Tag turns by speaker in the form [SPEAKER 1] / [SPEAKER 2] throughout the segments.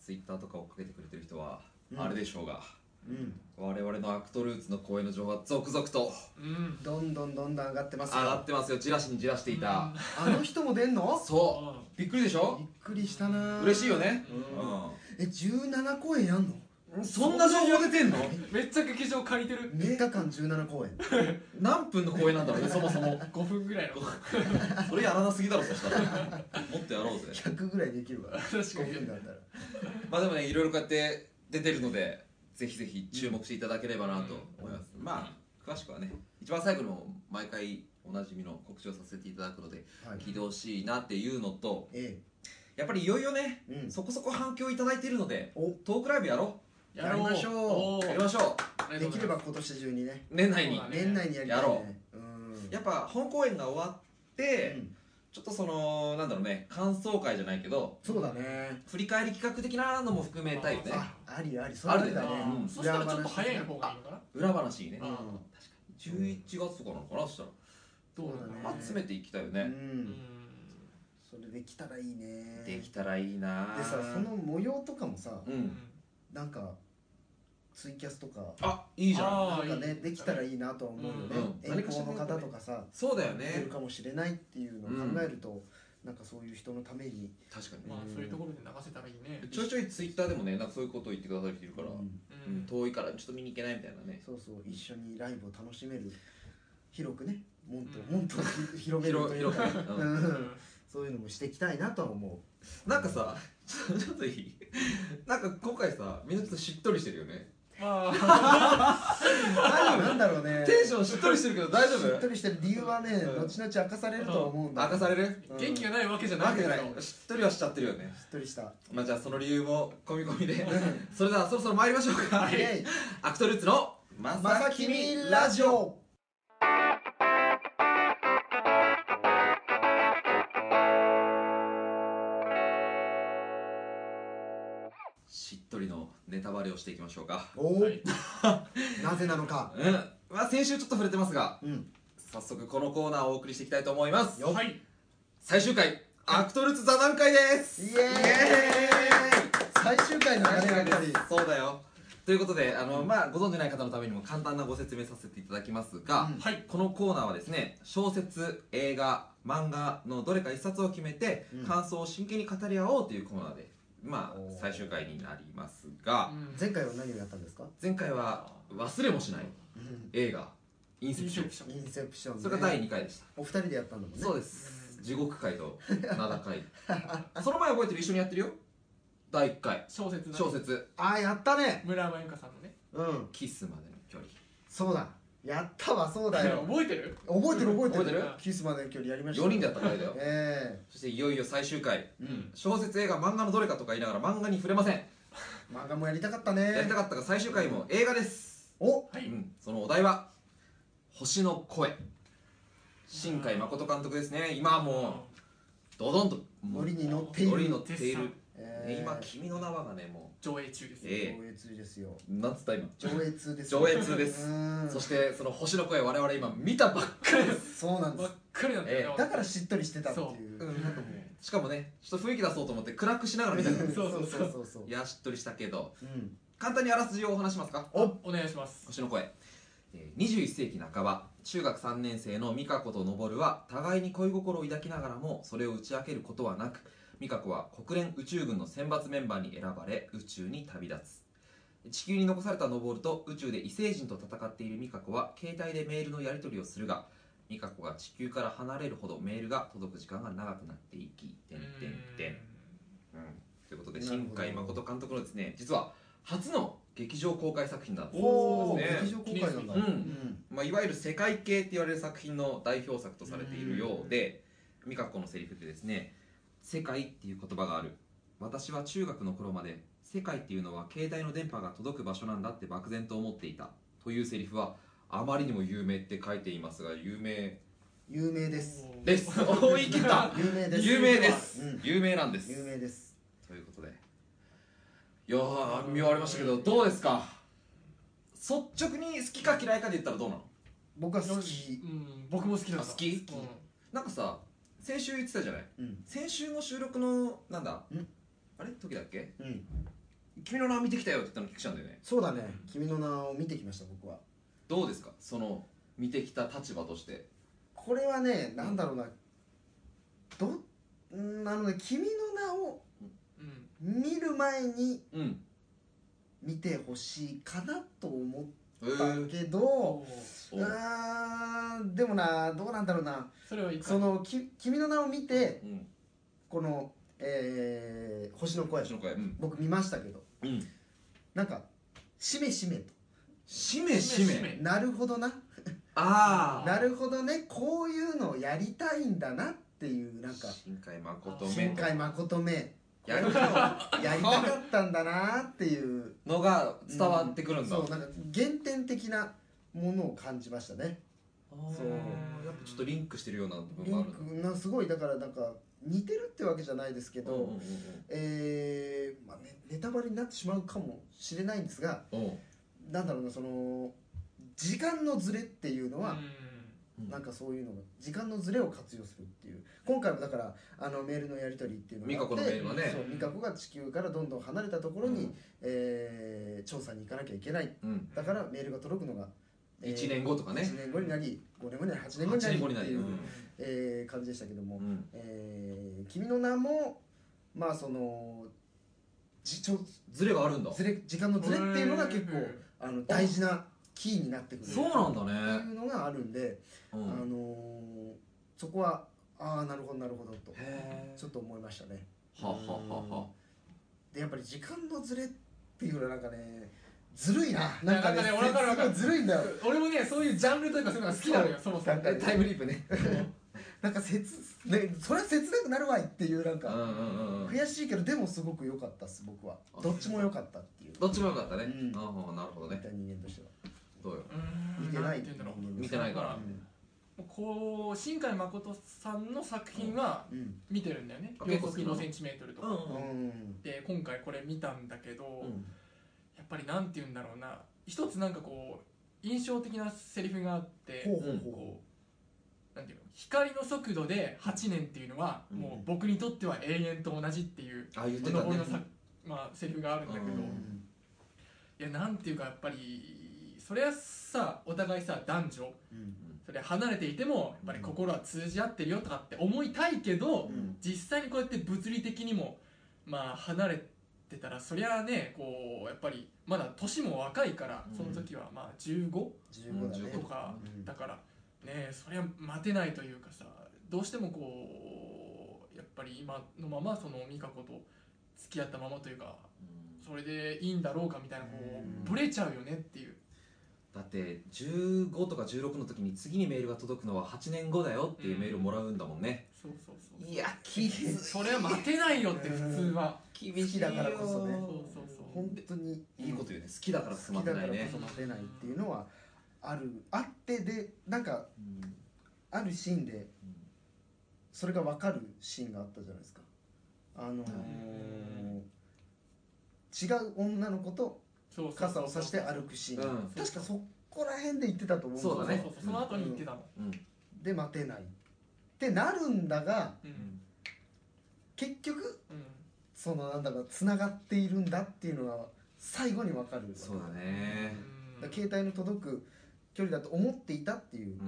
[SPEAKER 1] ツイッターとか追っかけてくれてる人は
[SPEAKER 2] うん
[SPEAKER 1] あれでしょうが、
[SPEAKER 2] うん
[SPEAKER 1] 我々のアクトルーツの公演の情報は続々と
[SPEAKER 3] うん
[SPEAKER 2] どんどんどんどん上がってま
[SPEAKER 1] 上
[SPEAKER 2] すよ
[SPEAKER 1] がってますよじらしにじらしていた、
[SPEAKER 2] あの人も出んの
[SPEAKER 1] そうびっくりでしょ
[SPEAKER 2] びっくりしたな
[SPEAKER 1] 嬉しいよね、
[SPEAKER 2] うんえ17公演やんの
[SPEAKER 1] うんそんな情報出てんの
[SPEAKER 3] めっちゃ劇場借りてる
[SPEAKER 2] 3日間17公演
[SPEAKER 1] 何分の公演なんだろ うねそもそも
[SPEAKER 3] 5分ぐらいの
[SPEAKER 1] それやらなすぎだろそしたら もっとやろうぜ
[SPEAKER 2] 100ぐらいできるわ
[SPEAKER 3] 確かに
[SPEAKER 2] 5分だったら
[SPEAKER 1] まあでもねいろいろこうやって出てるのでぜひぜひ注目していただければなと思います、まあ詳しくはね一番最後の毎回おなじみの告知をさせていただくので
[SPEAKER 2] はい
[SPEAKER 1] 聞いてほしいなっていうのと
[SPEAKER 2] え
[SPEAKER 1] やっぱりいよいよね
[SPEAKER 2] えうん
[SPEAKER 1] そこそこ反響いただいてるので
[SPEAKER 2] お
[SPEAKER 1] トークライブやろ
[SPEAKER 2] やりましょう
[SPEAKER 1] う
[SPEAKER 3] おー
[SPEAKER 1] やりましょ
[SPEAKER 3] あり
[SPEAKER 2] で
[SPEAKER 3] が
[SPEAKER 2] き
[SPEAKER 3] とう
[SPEAKER 2] れ
[SPEAKER 3] ござ
[SPEAKER 2] ば
[SPEAKER 3] います
[SPEAKER 2] 今年中にね
[SPEAKER 1] う年内に
[SPEAKER 3] そうだね
[SPEAKER 2] 年内にやりたい
[SPEAKER 1] やろ
[SPEAKER 2] ううん
[SPEAKER 1] やっぱ本公演が終わって、
[SPEAKER 2] うん
[SPEAKER 1] ちょっとそのなんだろうね感想会じゃないけど
[SPEAKER 2] そうだね
[SPEAKER 1] 振り返り企画的なのも含めたいよね
[SPEAKER 3] あ
[SPEAKER 2] ありありそれありだね
[SPEAKER 1] あるね
[SPEAKER 3] あ
[SPEAKER 1] うん
[SPEAKER 3] ーそしたらちょっと早い方がいいのかな
[SPEAKER 1] 裏話いいね
[SPEAKER 2] う
[SPEAKER 3] あ
[SPEAKER 2] ん
[SPEAKER 1] 11月とかなのかなそしたら
[SPEAKER 3] どうだ
[SPEAKER 2] そうだね
[SPEAKER 1] ま
[SPEAKER 3] ろ
[SPEAKER 1] あ詰めていきたいよね、
[SPEAKER 3] う
[SPEAKER 2] うん
[SPEAKER 3] ん
[SPEAKER 2] それできたらいいね
[SPEAKER 1] できたらいいな
[SPEAKER 2] でさその模様とかもさ
[SPEAKER 1] う
[SPEAKER 3] うん
[SPEAKER 2] なんかツイキャスとか
[SPEAKER 1] あいいじゃん
[SPEAKER 3] あ
[SPEAKER 2] な
[SPEAKER 3] ー
[SPEAKER 2] んかね
[SPEAKER 3] いい
[SPEAKER 2] できたらいいなとは思うよね
[SPEAKER 1] うん
[SPEAKER 2] 遠方の方とかさ
[SPEAKER 1] そうだよ
[SPEAKER 2] 出て
[SPEAKER 1] ね
[SPEAKER 2] るかもしれないっていうのを考えるとなんかそういう人のために
[SPEAKER 1] 確かに
[SPEAKER 3] まあそういうところで流せたらいいね
[SPEAKER 1] ちょいちょいツイッターでもねなんかそういうことを言ってくださる人いるから、
[SPEAKER 2] う
[SPEAKER 1] うん
[SPEAKER 2] ん
[SPEAKER 3] うん
[SPEAKER 1] 遠いからちょっと見に行けないみたいなね
[SPEAKER 2] そうそう一緒にライブを楽しめる広くねもんと
[SPEAKER 3] うん
[SPEAKER 2] もんと広める
[SPEAKER 1] 広
[SPEAKER 2] という
[SPEAKER 1] 広く
[SPEAKER 2] か
[SPEAKER 1] ね、う
[SPEAKER 2] うんんそういうのもしていきたいなとは思
[SPEAKER 1] なんかさちょちょっといいなんか今回さみんなちょっとしっとりしてるよね
[SPEAKER 3] まあ
[SPEAKER 2] うなんだろうね
[SPEAKER 1] テンションしっとりしてるけど大丈
[SPEAKER 2] しっと
[SPEAKER 1] 夫
[SPEAKER 2] りしてる理由はね
[SPEAKER 1] うん
[SPEAKER 2] 後々明かされるとは思うん
[SPEAKER 1] 明
[SPEAKER 2] だ
[SPEAKER 1] かされる
[SPEAKER 2] うん
[SPEAKER 3] 元気がないわけじゃ
[SPEAKER 1] な
[SPEAKER 3] ない
[SPEAKER 1] わけ
[SPEAKER 3] んだ
[SPEAKER 1] じ
[SPEAKER 3] け
[SPEAKER 1] ゃ
[SPEAKER 3] ど
[SPEAKER 1] ないしっとりはしちゃってるよね
[SPEAKER 2] しっとりした
[SPEAKER 1] まあじゃあその理由も込み込みでそれではそろそろ参りましょうか、
[SPEAKER 2] イエイ
[SPEAKER 1] アクトルーツのま
[SPEAKER 2] ま
[SPEAKER 1] さ
[SPEAKER 2] さ
[SPEAKER 1] き
[SPEAKER 2] き
[SPEAKER 1] み
[SPEAKER 2] み
[SPEAKER 1] ラ
[SPEAKER 2] ラ
[SPEAKER 1] ジ
[SPEAKER 2] ジ
[SPEAKER 1] オ
[SPEAKER 2] オ
[SPEAKER 1] しっとりのネタバレをしていきましょうか
[SPEAKER 2] おお
[SPEAKER 3] はい
[SPEAKER 2] なぜなのか
[SPEAKER 1] うんまあ先週ちょっと触れてますが
[SPEAKER 2] うん
[SPEAKER 1] 早速このコーナーをお送りしていきたいと思います
[SPEAKER 2] よ
[SPEAKER 3] はい
[SPEAKER 1] 最終回アクトルーツ座談会です
[SPEAKER 2] イエーイ最終回の
[SPEAKER 1] 最
[SPEAKER 2] 流
[SPEAKER 1] 終
[SPEAKER 2] れ
[SPEAKER 1] 回
[SPEAKER 2] やっ
[SPEAKER 1] です
[SPEAKER 2] ぱり
[SPEAKER 1] そうだよということであの、まあ、ご存じない方のためにも簡単なご説明させていただきますが、
[SPEAKER 2] うん
[SPEAKER 3] はい
[SPEAKER 1] このコーナーはですね小説映画漫画のどれか一冊を決めて、
[SPEAKER 2] うん
[SPEAKER 1] 感想を真剣に語り合おうというコーナーでま
[SPEAKER 2] おー
[SPEAKER 1] あ最終回になりますが
[SPEAKER 3] うん
[SPEAKER 2] 前回は何をやったんですか
[SPEAKER 1] 前回は忘れもしない映画「インセ
[SPEAKER 3] 飲
[SPEAKER 1] プショ
[SPEAKER 3] 食
[SPEAKER 1] ン
[SPEAKER 3] 者
[SPEAKER 2] インセプション」ね
[SPEAKER 1] それが第2回でした
[SPEAKER 2] お二人でやったんだもんね
[SPEAKER 1] そう
[SPEAKER 2] う
[SPEAKER 1] です地獄界と灘界 その前覚えてる一緒にやってるよ第1回
[SPEAKER 3] 小説な
[SPEAKER 1] 小説
[SPEAKER 2] あーやったね
[SPEAKER 3] 村山由佳さんのね
[SPEAKER 2] うん
[SPEAKER 1] 「キスまでの距離
[SPEAKER 2] そうだやったわそう だよ
[SPEAKER 3] 覚えてる
[SPEAKER 2] 覚えてる覚えてる
[SPEAKER 1] 覚えてる
[SPEAKER 2] キスまでの距離やり」ました
[SPEAKER 1] 4人でやった回だよ
[SPEAKER 2] え
[SPEAKER 1] そしていよいよ最終回
[SPEAKER 2] えうん
[SPEAKER 1] 小説映画漫画のどれかとか言いながら漫画に触れません
[SPEAKER 2] 漫画もやりたかったね
[SPEAKER 1] やりたかったが最終回も映画です、
[SPEAKER 2] お
[SPEAKER 3] は
[SPEAKER 1] う
[SPEAKER 3] い
[SPEAKER 1] ん、そのお題は「星の声」新海誠監督ですね今はもうドドンともう
[SPEAKER 2] ノリに乗っている
[SPEAKER 1] ノリに乗って
[SPEAKER 3] 絶
[SPEAKER 1] いる、
[SPEAKER 3] 賛
[SPEAKER 2] え
[SPEAKER 1] ね
[SPEAKER 2] え
[SPEAKER 1] 今「君の名は」がねも
[SPEAKER 3] 上映中です
[SPEAKER 1] え
[SPEAKER 3] ね
[SPEAKER 1] え
[SPEAKER 2] 上映通ですよ
[SPEAKER 1] うなんつった今
[SPEAKER 2] 上映通です
[SPEAKER 1] 上映通です
[SPEAKER 2] うん
[SPEAKER 1] そしてその星の声我々今見たばっかりです、
[SPEAKER 2] そうなんで
[SPEAKER 3] ばっ
[SPEAKER 2] す
[SPEAKER 3] かりなんだよ
[SPEAKER 2] だからしっとりしてたっていう
[SPEAKER 1] うん、なんかもうしかもねちょっと雰囲気出そうと思って暗くしながら見たからい
[SPEAKER 3] そうそうそう
[SPEAKER 2] そうそう
[SPEAKER 1] やしっとりしたけど
[SPEAKER 2] うん
[SPEAKER 1] 簡単にあらすじをお話しますか
[SPEAKER 2] お
[SPEAKER 3] お願いします
[SPEAKER 1] 星の声えー21世紀半ば中学3年生の美香子と昇は互いに恋心を抱きながらもそれを打ち明けることはなく美香子は国連宇宙軍の選抜メンバーに選ばれ宇宙に旅立つ地球に残された昇と宇宙で異星人と戦っている美香子は携帯でメールのやり取りをするが美香子が地球から離れるほどメールが届く時間が長くなっていき
[SPEAKER 3] う
[SPEAKER 1] てん
[SPEAKER 3] ん
[SPEAKER 1] てんてんうんということで
[SPEAKER 2] なるほ
[SPEAKER 1] 新
[SPEAKER 2] ど
[SPEAKER 1] 海誠監督のですね実は初の劇場公開作品なんです
[SPEAKER 3] おー
[SPEAKER 1] ね
[SPEAKER 2] 劇場公開なんだ
[SPEAKER 1] うん
[SPEAKER 2] うん
[SPEAKER 1] まあ、いわゆる世界系って言われる作品の代表作とされているようで美香子のセリフでですね「世界」っていう言葉がある私は中学の頃まで世界っていうのは携帯の電波が届く場所なんだって漠然と思っていたというセリフはあまりにも有名って書いていますが有名
[SPEAKER 2] 有名です
[SPEAKER 1] ですおーいけた
[SPEAKER 2] 有名です
[SPEAKER 1] 有名です、
[SPEAKER 2] うん
[SPEAKER 1] 有名なんです
[SPEAKER 2] 有名です
[SPEAKER 1] ということでいやー見終わりましたけどどうですか率直に好きか嫌いかで言ったらどうなの
[SPEAKER 2] 僕は好き
[SPEAKER 3] うん僕も好きなんだ
[SPEAKER 1] あ好き
[SPEAKER 3] うん
[SPEAKER 1] なんかさ先週言ってたじゃない
[SPEAKER 2] うん
[SPEAKER 1] 先週の収録のなんだ
[SPEAKER 2] ん
[SPEAKER 1] あれ時だっけ
[SPEAKER 2] うん
[SPEAKER 1] 君の名は見てきたよって言ったの菊ちゃんだよね
[SPEAKER 2] そうだね君の名を見てきました僕は
[SPEAKER 1] どうですかその見てきた立場として
[SPEAKER 2] これはねなんだろうなどんあのね君の名を
[SPEAKER 3] うん
[SPEAKER 2] 見る前に
[SPEAKER 1] うん
[SPEAKER 2] 見てほしいかなと思
[SPEAKER 1] え
[SPEAKER 2] った
[SPEAKER 1] ー、
[SPEAKER 2] け
[SPEAKER 3] お
[SPEAKER 2] ど、
[SPEAKER 3] ー
[SPEAKER 1] お
[SPEAKER 2] うーんでもなどうなんだろうな
[SPEAKER 3] それはいいか
[SPEAKER 2] そのき君の名を見て
[SPEAKER 1] うん
[SPEAKER 2] この、えー星の声
[SPEAKER 1] 私の声うん
[SPEAKER 2] 僕見ましたけど
[SPEAKER 1] うん
[SPEAKER 2] なんかしめしめと
[SPEAKER 1] しめし
[SPEAKER 3] し
[SPEAKER 1] め
[SPEAKER 3] め
[SPEAKER 2] なるほどな
[SPEAKER 1] ああ
[SPEAKER 2] なるほどねこういうのをやりたいんだなっていうなんか
[SPEAKER 1] 新海誠
[SPEAKER 2] 新
[SPEAKER 1] め
[SPEAKER 2] 海誠め
[SPEAKER 1] やる
[SPEAKER 2] こういうのをやりたかったんだなっていう
[SPEAKER 1] のが伝わってくるんだ、
[SPEAKER 2] そうなんか原点的なものを感じましたね
[SPEAKER 1] あー
[SPEAKER 2] そう
[SPEAKER 1] やっぱちょっとリンクしてるような部
[SPEAKER 2] リ
[SPEAKER 1] 分があ
[SPEAKER 2] ン
[SPEAKER 1] るんだ
[SPEAKER 2] クなすごいだからなんか似てるってわけじゃないですけど、
[SPEAKER 1] うんうん
[SPEAKER 2] えーまあね、ネタバレになってしまうかもしれないんですが
[SPEAKER 1] うんうん
[SPEAKER 2] なんだろうなその時間のズレっていうのは、
[SPEAKER 1] うん
[SPEAKER 2] なんかそういうのが時間のズレを活用するっていう今回もだからあのメールのやり取りっていうのがあ
[SPEAKER 1] 美香子
[SPEAKER 2] って
[SPEAKER 1] のメールはね
[SPEAKER 2] そう美香子が地球からどんどん離れたところに、
[SPEAKER 1] うん
[SPEAKER 2] えー調査に行かなきゃいけない
[SPEAKER 1] うん
[SPEAKER 2] だからメールが届くのが、えー
[SPEAKER 1] 1年後とかね
[SPEAKER 2] 1年後になり5年後になり8年後に
[SPEAKER 1] 8
[SPEAKER 2] なり
[SPEAKER 1] 年後にな
[SPEAKER 2] って
[SPEAKER 1] り
[SPEAKER 2] いうう、
[SPEAKER 1] ん
[SPEAKER 2] えー感じでしたけども、
[SPEAKER 1] うん
[SPEAKER 2] えー君の名もまあそのじちょ
[SPEAKER 1] ズレがあるんだ
[SPEAKER 2] ずれ時間のズレっていうのが結構あの大事なキーになってくる
[SPEAKER 1] そうなん
[SPEAKER 2] っ
[SPEAKER 1] だ
[SPEAKER 2] てい
[SPEAKER 1] ね
[SPEAKER 2] うのがあるんで、
[SPEAKER 1] う
[SPEAKER 2] あの
[SPEAKER 1] ん
[SPEAKER 2] ーそこはああなるほどなるほどと
[SPEAKER 1] へ
[SPEAKER 2] ちょっと思いましたね
[SPEAKER 1] えはははは
[SPEAKER 2] でやっぱり時間のズレっていうのはなんかねずるいななんかね
[SPEAKER 3] いやなんかねわかるわかる
[SPEAKER 2] すごいずるいんだよ
[SPEAKER 3] 俺もねそういうジャンルというかそういうのが好きなのよそもそも
[SPEAKER 2] なんか
[SPEAKER 1] タイムリープね
[SPEAKER 2] なんか切ねそれは切なくなるわいっていうなん
[SPEAKER 1] うん
[SPEAKER 2] か
[SPEAKER 1] うんうんうん
[SPEAKER 2] 悔しいけどでもすごく良かったっす僕は
[SPEAKER 1] あ
[SPEAKER 2] どっちも良かったっていう
[SPEAKER 1] どっちもよかったね
[SPEAKER 2] うん
[SPEAKER 1] ああなるほど
[SPEAKER 2] 見
[SPEAKER 1] ね
[SPEAKER 2] た人間としては
[SPEAKER 1] どうよ
[SPEAKER 3] うーん
[SPEAKER 2] 見てない
[SPEAKER 3] んて言うんだろう
[SPEAKER 1] 見てないから
[SPEAKER 2] うん
[SPEAKER 3] もうこう新海誠さんの作品は
[SPEAKER 2] うん
[SPEAKER 3] 見てるんだよね
[SPEAKER 1] あ
[SPEAKER 3] 「
[SPEAKER 1] 結
[SPEAKER 3] 秒
[SPEAKER 1] 構好き
[SPEAKER 3] 速
[SPEAKER 1] なの
[SPEAKER 3] 5センチメートル」とか、
[SPEAKER 2] うん
[SPEAKER 3] で今回これ見たんだけど、
[SPEAKER 1] うん
[SPEAKER 3] やっぱりなんて言うんだろうな一つなんかこう印象的なセリフがあって
[SPEAKER 2] ほうほうほ
[SPEAKER 3] こうなんていうの光の速度で8年っていうのは、
[SPEAKER 1] うん
[SPEAKER 3] もう僕にとっては永遠と同じっていう、
[SPEAKER 1] ああ言ってた
[SPEAKER 3] 登
[SPEAKER 1] ね
[SPEAKER 3] りのさ、まあ、セリフがあるんだけど、
[SPEAKER 1] う
[SPEAKER 2] う
[SPEAKER 1] ほ
[SPEAKER 2] う
[SPEAKER 1] うん
[SPEAKER 3] いやなんていうかやっぱりそれはさお互いさ男女
[SPEAKER 2] うん
[SPEAKER 3] それ離れていてもやっぱり心は通じ合ってるよとかって思いたいけど、
[SPEAKER 2] うん
[SPEAKER 3] 実際にこうやって物理的にもまあ離れてたらそりゃあねこうやっぱりまだ年も若いから
[SPEAKER 1] うん
[SPEAKER 3] その時はまあ
[SPEAKER 2] 15
[SPEAKER 3] 15
[SPEAKER 2] だね
[SPEAKER 1] うん
[SPEAKER 3] とか
[SPEAKER 2] うん
[SPEAKER 3] だからねそりゃ待てないというかさどうしてもこうやっぱり今のままその美香子と付き合ったままというか
[SPEAKER 1] うん
[SPEAKER 3] それでいいんだろうかみたいなこ
[SPEAKER 2] うん
[SPEAKER 3] うブレちゃうよねっていう
[SPEAKER 1] だって15とか16の時に次にメールが届くのは8年後だよっていうメールをもらうんだもんね
[SPEAKER 3] そうそうそう
[SPEAKER 1] い やき
[SPEAKER 3] それは待てないよって普通は
[SPEAKER 1] 厳
[SPEAKER 2] 好きだからこそね
[SPEAKER 3] そうそうそう
[SPEAKER 2] 本当に
[SPEAKER 1] いいこと言うね好きだから済ま
[SPEAKER 2] 好き
[SPEAKER 1] せ
[SPEAKER 2] だ
[SPEAKER 1] な
[SPEAKER 2] から
[SPEAKER 1] い
[SPEAKER 2] こ
[SPEAKER 1] ね
[SPEAKER 2] そ待てないっていうのはあるあってでなんか
[SPEAKER 1] うん
[SPEAKER 2] あるシーンでそれが分かるシーンがあったじゃないですかあのー違う女の子と
[SPEAKER 3] そうそうそう
[SPEAKER 2] 傘を差して歩くシーン、
[SPEAKER 1] うん
[SPEAKER 2] 確かそこら辺で言ってたと思うんですよ
[SPEAKER 1] そうだね
[SPEAKER 3] そうそうその後に言ってたの
[SPEAKER 1] うん
[SPEAKER 2] で待てないってなるんだが
[SPEAKER 3] うん
[SPEAKER 2] 結局
[SPEAKER 3] うん
[SPEAKER 2] そのなんだろうつながっているんだっていうのが最後に分かる
[SPEAKER 1] そうだね
[SPEAKER 2] だから携帯の届く距離だと思っていたっていう
[SPEAKER 1] う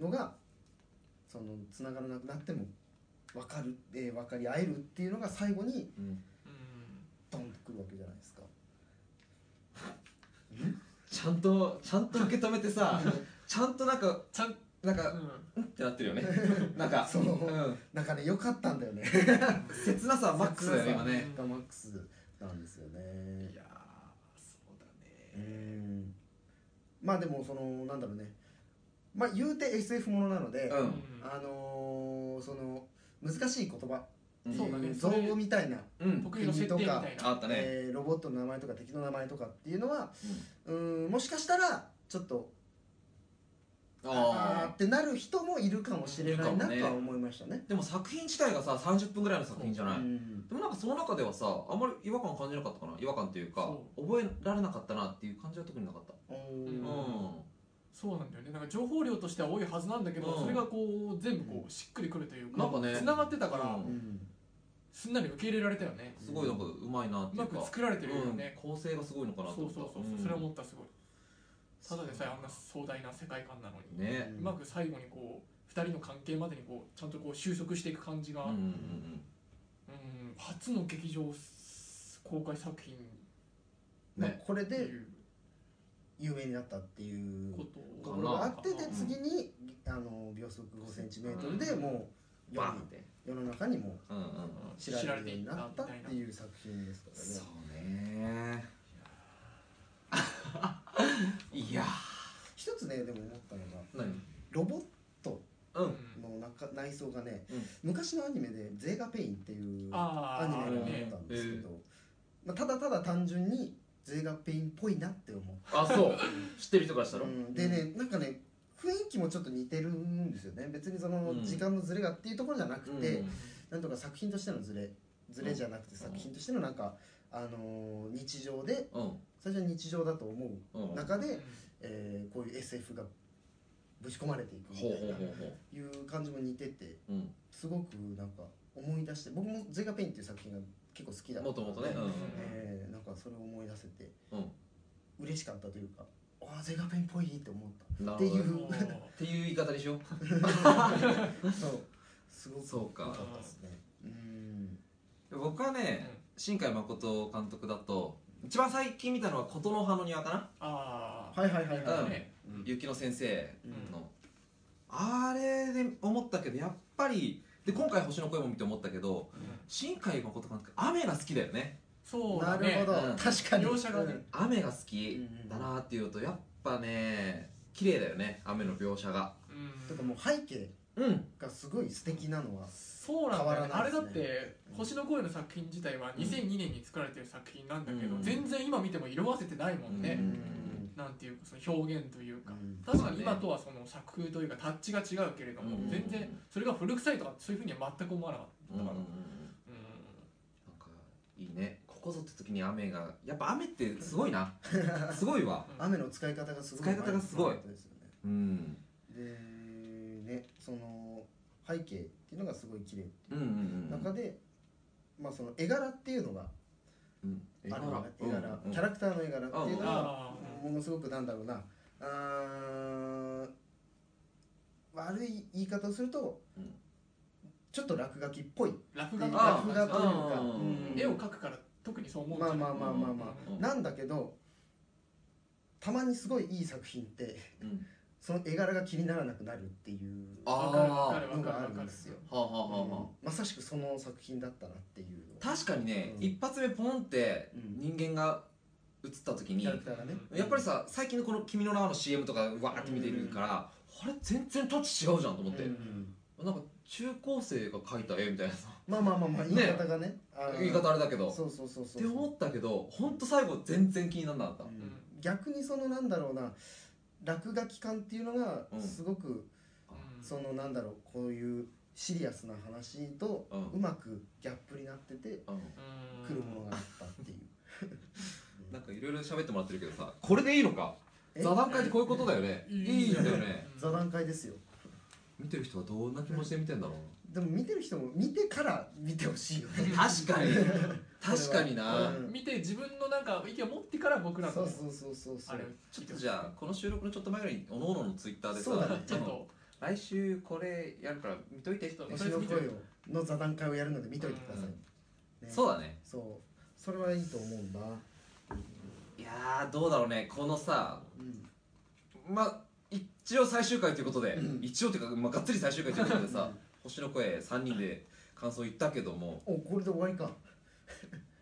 [SPEAKER 3] うん
[SPEAKER 1] ん
[SPEAKER 2] のがそのつながらなくなっても分かる、えー分かり合えるっていうのが最後に
[SPEAKER 1] うん
[SPEAKER 2] ドンとくるわけじゃないですか
[SPEAKER 1] ちゃんとちゃんと受け止めてさちゃんとなんか
[SPEAKER 3] ちゃん
[SPEAKER 1] なん
[SPEAKER 3] う
[SPEAKER 1] か
[SPEAKER 3] ん
[SPEAKER 1] うんってなってるよねなんか
[SPEAKER 2] そうんなんかね良かったんだよね
[SPEAKER 1] 切なさはマックスだよね今ね
[SPEAKER 2] がマックスなんですよね
[SPEAKER 3] いやーそうだ
[SPEAKER 2] う
[SPEAKER 3] ね
[SPEAKER 2] んまあでもそのなんだろうねまあ言うて SF ものなので、
[SPEAKER 1] うん
[SPEAKER 2] あのー、その難しい言葉
[SPEAKER 1] うん
[SPEAKER 3] そうだね
[SPEAKER 2] 造語みたいな、
[SPEAKER 1] うん
[SPEAKER 3] 得意の設定みたいな
[SPEAKER 1] あったね
[SPEAKER 2] えーロボットの名前とか敵の名前とかっていうのはうんもしかしたらちょっとあー
[SPEAKER 1] ああ
[SPEAKER 2] ってなる人もいるかもしれないなとは思いましたね。
[SPEAKER 1] でも作品自体がさ30分ぐらいの作品じゃない
[SPEAKER 2] うん
[SPEAKER 1] でもなんかその中ではさあんまり違和感感じなかったかな違和感というか覚えられなかったなっていう感じは特になかった
[SPEAKER 2] おー
[SPEAKER 1] う
[SPEAKER 3] うんんそうなんだよねなんか情報量としては多いはずなんだけど、
[SPEAKER 1] うん
[SPEAKER 3] それがこう全部こうしっくりくるというか、
[SPEAKER 1] なんかね
[SPEAKER 3] つながってたから、
[SPEAKER 1] うん
[SPEAKER 2] うん
[SPEAKER 3] すんなり受け入れられたよね
[SPEAKER 1] すごいなんかうまいなっ
[SPEAKER 3] う
[SPEAKER 1] てい
[SPEAKER 3] ま
[SPEAKER 1] うか
[SPEAKER 3] く作られてるよね、
[SPEAKER 1] うん、構成がすごいのかなと
[SPEAKER 3] そ
[SPEAKER 1] 思
[SPEAKER 3] う
[SPEAKER 1] った
[SPEAKER 3] そうそう、
[SPEAKER 1] ん
[SPEAKER 3] それは思ったすごいただでさえあんな壮大な世界観なのに、
[SPEAKER 1] ね
[SPEAKER 3] うまく最後にこう2人の関係までにこうちゃんとこう収束していく感じが、
[SPEAKER 1] うん
[SPEAKER 3] う
[SPEAKER 1] うん
[SPEAKER 3] ん
[SPEAKER 1] うん
[SPEAKER 3] 初の劇場公開作品
[SPEAKER 2] まあ
[SPEAKER 1] ね
[SPEAKER 2] これ
[SPEAKER 3] って
[SPEAKER 2] で
[SPEAKER 3] いう
[SPEAKER 2] 有名になったっていう
[SPEAKER 3] こ
[SPEAKER 2] と
[SPEAKER 3] と
[SPEAKER 1] か
[SPEAKER 2] こ
[SPEAKER 1] な
[SPEAKER 2] ろがあってで
[SPEAKER 3] うん
[SPEAKER 2] 次にあの秒速 5cm でもう世
[SPEAKER 1] バ
[SPEAKER 2] に
[SPEAKER 1] ンって
[SPEAKER 2] 世の中にも
[SPEAKER 1] うんうん
[SPEAKER 2] 知られるようになったっていう作品ですか
[SPEAKER 1] そ
[SPEAKER 2] らね
[SPEAKER 1] うね いや
[SPEAKER 2] 一つねでも思ったのが
[SPEAKER 1] ー何
[SPEAKER 2] ロボット
[SPEAKER 1] うん
[SPEAKER 2] の中内装がね、
[SPEAKER 1] うん
[SPEAKER 2] 昔のアニメで「ゼーガペイン」っていうア
[SPEAKER 3] ああ
[SPEAKER 2] ニメが
[SPEAKER 1] あ
[SPEAKER 2] あ
[SPEAKER 1] る
[SPEAKER 2] っ
[SPEAKER 1] ね
[SPEAKER 2] たんですけど、まあ、ただただ単純にゼーガペインっぽいなって思っ
[SPEAKER 1] あそう知ってる人からした
[SPEAKER 2] た、
[SPEAKER 1] ら、
[SPEAKER 2] うんでねなんかね雰囲気もちょっと似てるんですよね別にその
[SPEAKER 1] うん
[SPEAKER 2] 時間のズレがっていうところじゃなくて、
[SPEAKER 1] うん
[SPEAKER 2] なんとか作品としてのズレズレじゃなくて作品としてのなんか、あのー日常で
[SPEAKER 1] うん
[SPEAKER 2] 最初は日常だと思
[SPEAKER 1] うん
[SPEAKER 2] う中で、えーこういう SF がぶち込まれていくみた
[SPEAKER 1] ほうほう
[SPEAKER 2] い
[SPEAKER 1] ほ
[SPEAKER 2] な
[SPEAKER 1] うほう
[SPEAKER 2] いう感じも似てて。
[SPEAKER 1] うん
[SPEAKER 2] すごくなんか思い出して僕も「ゼガペイン」っていう作品が結構好きだった
[SPEAKER 1] もともとねうん
[SPEAKER 2] えーなんかそれを思い出せて
[SPEAKER 1] うんうん
[SPEAKER 2] 嬉しかったというか「ああゼガペインっぽい」って思っ
[SPEAKER 1] な
[SPEAKER 2] た
[SPEAKER 1] る
[SPEAKER 2] っ
[SPEAKER 1] ほど
[SPEAKER 2] てい
[SPEAKER 1] ね
[SPEAKER 2] う
[SPEAKER 1] っていう言い方でしょ
[SPEAKER 2] そうすごく
[SPEAKER 1] そうか
[SPEAKER 2] 良かったですねうん
[SPEAKER 1] 僕はね新海誠監督だと一番最近見たのは琴の葉の庭かな
[SPEAKER 3] ああ
[SPEAKER 2] はいはいはい
[SPEAKER 1] うん
[SPEAKER 2] はい
[SPEAKER 3] ね
[SPEAKER 2] うん
[SPEAKER 1] 雪乃先生
[SPEAKER 2] うん
[SPEAKER 3] うん
[SPEAKER 1] のあれで思ったけどやっぱりで今回星の声も見て思ったけど新海誠監督雨が好きだよね
[SPEAKER 3] そう
[SPEAKER 2] な
[SPEAKER 3] だね
[SPEAKER 2] るほど
[SPEAKER 1] うん
[SPEAKER 2] 確かに
[SPEAKER 3] 描写がね
[SPEAKER 2] うん
[SPEAKER 1] 雨が好
[SPEAKER 2] う
[SPEAKER 1] き
[SPEAKER 2] んうん
[SPEAKER 1] だなっていうとやっぱね綺麗だよね雨の描写が
[SPEAKER 3] うん
[SPEAKER 2] とかもう背景
[SPEAKER 1] うん
[SPEAKER 2] がすごい素敵なのは
[SPEAKER 3] そうなんだよね
[SPEAKER 2] 変わら
[SPEAKER 3] あ
[SPEAKER 2] な
[SPEAKER 3] れ
[SPEAKER 2] い
[SPEAKER 3] だっ
[SPEAKER 2] ですね
[SPEAKER 3] て「星の声」の作品自体は
[SPEAKER 1] うん
[SPEAKER 3] 2002年に作られてる作品なんだけど、
[SPEAKER 1] うん
[SPEAKER 3] 全然今見ても色あせてないもん
[SPEAKER 2] う
[SPEAKER 3] ね、
[SPEAKER 2] ん
[SPEAKER 3] なんていうかその表現というか、
[SPEAKER 2] うん
[SPEAKER 3] 確かに今とはその作風というかタッチが違うけれども、
[SPEAKER 1] うん
[SPEAKER 3] 全然それが古臭いとかそういうふうには全く思わなかった
[SPEAKER 1] な
[SPEAKER 3] か
[SPEAKER 1] んか
[SPEAKER 3] ら、うん
[SPEAKER 1] いいねここぞって時に雨がやっぱ雨ってすごい なすごいわ
[SPEAKER 2] 雨の使い方がすごい
[SPEAKER 1] 使い方がすごい
[SPEAKER 2] 上手かったですよね
[SPEAKER 1] うん
[SPEAKER 2] でねその背景っていうのがすごい綺麗
[SPEAKER 1] うんうんうん
[SPEAKER 2] 中で、まあその絵柄っていうのが
[SPEAKER 1] うん
[SPEAKER 2] あ
[SPEAKER 1] 絵
[SPEAKER 2] る
[SPEAKER 1] 柄
[SPEAKER 2] よね絵柄、
[SPEAKER 1] うんうん
[SPEAKER 2] キャラクターの絵柄っていうのが
[SPEAKER 3] ああ
[SPEAKER 2] ものすごくなんだろうなあー悪い言い方をすると、
[SPEAKER 1] うん
[SPEAKER 2] ちょっと落書きっぽい
[SPEAKER 3] ラフ画の
[SPEAKER 2] ラ
[SPEAKER 1] あ
[SPEAKER 2] フ
[SPEAKER 1] ー
[SPEAKER 2] 画
[SPEAKER 3] 感
[SPEAKER 2] と
[SPEAKER 3] じ
[SPEAKER 2] いう
[SPEAKER 3] だ
[SPEAKER 2] か、
[SPEAKER 1] うん
[SPEAKER 2] うん
[SPEAKER 3] 絵を描くから特にそう思うんじ
[SPEAKER 2] ま
[SPEAKER 3] ゃ
[SPEAKER 2] あ
[SPEAKER 3] ない、
[SPEAKER 2] まあまあまあま
[SPEAKER 1] う
[SPEAKER 2] あ、
[SPEAKER 1] ん
[SPEAKER 2] なんだけどたまにすごいいい作品って
[SPEAKER 1] うん
[SPEAKER 2] その絵柄が気にならなくなるっていう
[SPEAKER 1] あ
[SPEAKER 3] わかるわかるわ
[SPEAKER 2] の
[SPEAKER 3] かる
[SPEAKER 2] があ
[SPEAKER 3] わ
[SPEAKER 2] る
[SPEAKER 3] か
[SPEAKER 2] ん
[SPEAKER 3] る
[SPEAKER 2] ですよ
[SPEAKER 1] はあはあはあはあ
[SPEAKER 2] まさしくその作品だったなっていうの
[SPEAKER 1] 確かにね、
[SPEAKER 2] うん
[SPEAKER 1] 一発目ポンって
[SPEAKER 2] うん
[SPEAKER 1] 人間が映った時に、
[SPEAKER 2] キャラクターがね
[SPEAKER 1] やっぱりさ最近のこの「君の名は」の CM とかわーって見てるから、あれ全然タッチ違うじゃんと思って、
[SPEAKER 2] うん
[SPEAKER 1] なんか中高生が描いた絵みたいなさ
[SPEAKER 2] まあまあまあまあ
[SPEAKER 1] ね
[SPEAKER 2] 言い方がねあの
[SPEAKER 1] 言い方あれだけど
[SPEAKER 2] そうそうそうそう
[SPEAKER 1] って思ったけどほんと最後全然気にならなかった、
[SPEAKER 2] うん逆にそのなんだろうな落書き感っていうのが
[SPEAKER 1] うん
[SPEAKER 2] すごく
[SPEAKER 3] うん
[SPEAKER 2] そのなんだろうこういうシリアスな話と
[SPEAKER 1] うん
[SPEAKER 2] うまくギャップになってて
[SPEAKER 1] うん
[SPEAKER 3] うん
[SPEAKER 2] くるものがあったっていう
[SPEAKER 1] なんかいろいろ喋ってもらってるけどさこれでいいのか
[SPEAKER 2] え
[SPEAKER 1] 座談会ってこういうことだよね
[SPEAKER 3] うん
[SPEAKER 1] いいんだよね
[SPEAKER 2] 座談会ですよ
[SPEAKER 1] 見てる人はどんな気持ちで見てんだろう
[SPEAKER 2] でも見てる人も見てから見てほしいよね
[SPEAKER 1] な確かに確かにな、
[SPEAKER 2] うん
[SPEAKER 3] 見て自分のなんか意見を持ってから僕らの
[SPEAKER 2] そうそうそうそうそ
[SPEAKER 3] あれを
[SPEAKER 2] う
[SPEAKER 1] ちょ
[SPEAKER 3] 聞い
[SPEAKER 1] ってと
[SPEAKER 3] ほしい
[SPEAKER 1] じゃあこの収録のちょっと前ぐらいにおのおののツイッターでさ
[SPEAKER 2] そうだね
[SPEAKER 3] ちょっと
[SPEAKER 1] 来週これやるから見といて
[SPEAKER 3] とりあえ
[SPEAKER 2] 星
[SPEAKER 3] ず
[SPEAKER 2] の
[SPEAKER 3] 見て
[SPEAKER 2] 声をの座談会をやるので見といてください、
[SPEAKER 1] うん
[SPEAKER 2] ね
[SPEAKER 1] そうだね
[SPEAKER 2] そうそれはいいと思うんだ、
[SPEAKER 1] いやーどうだろうねこのさ
[SPEAKER 2] うん、
[SPEAKER 1] まあ一応最終回ということで、
[SPEAKER 2] うん
[SPEAKER 1] 一応というか、まあ、がっつり最終回ということでさ星の声3人で感想言ったけども
[SPEAKER 2] おこれで終わりか
[SPEAKER 1] っ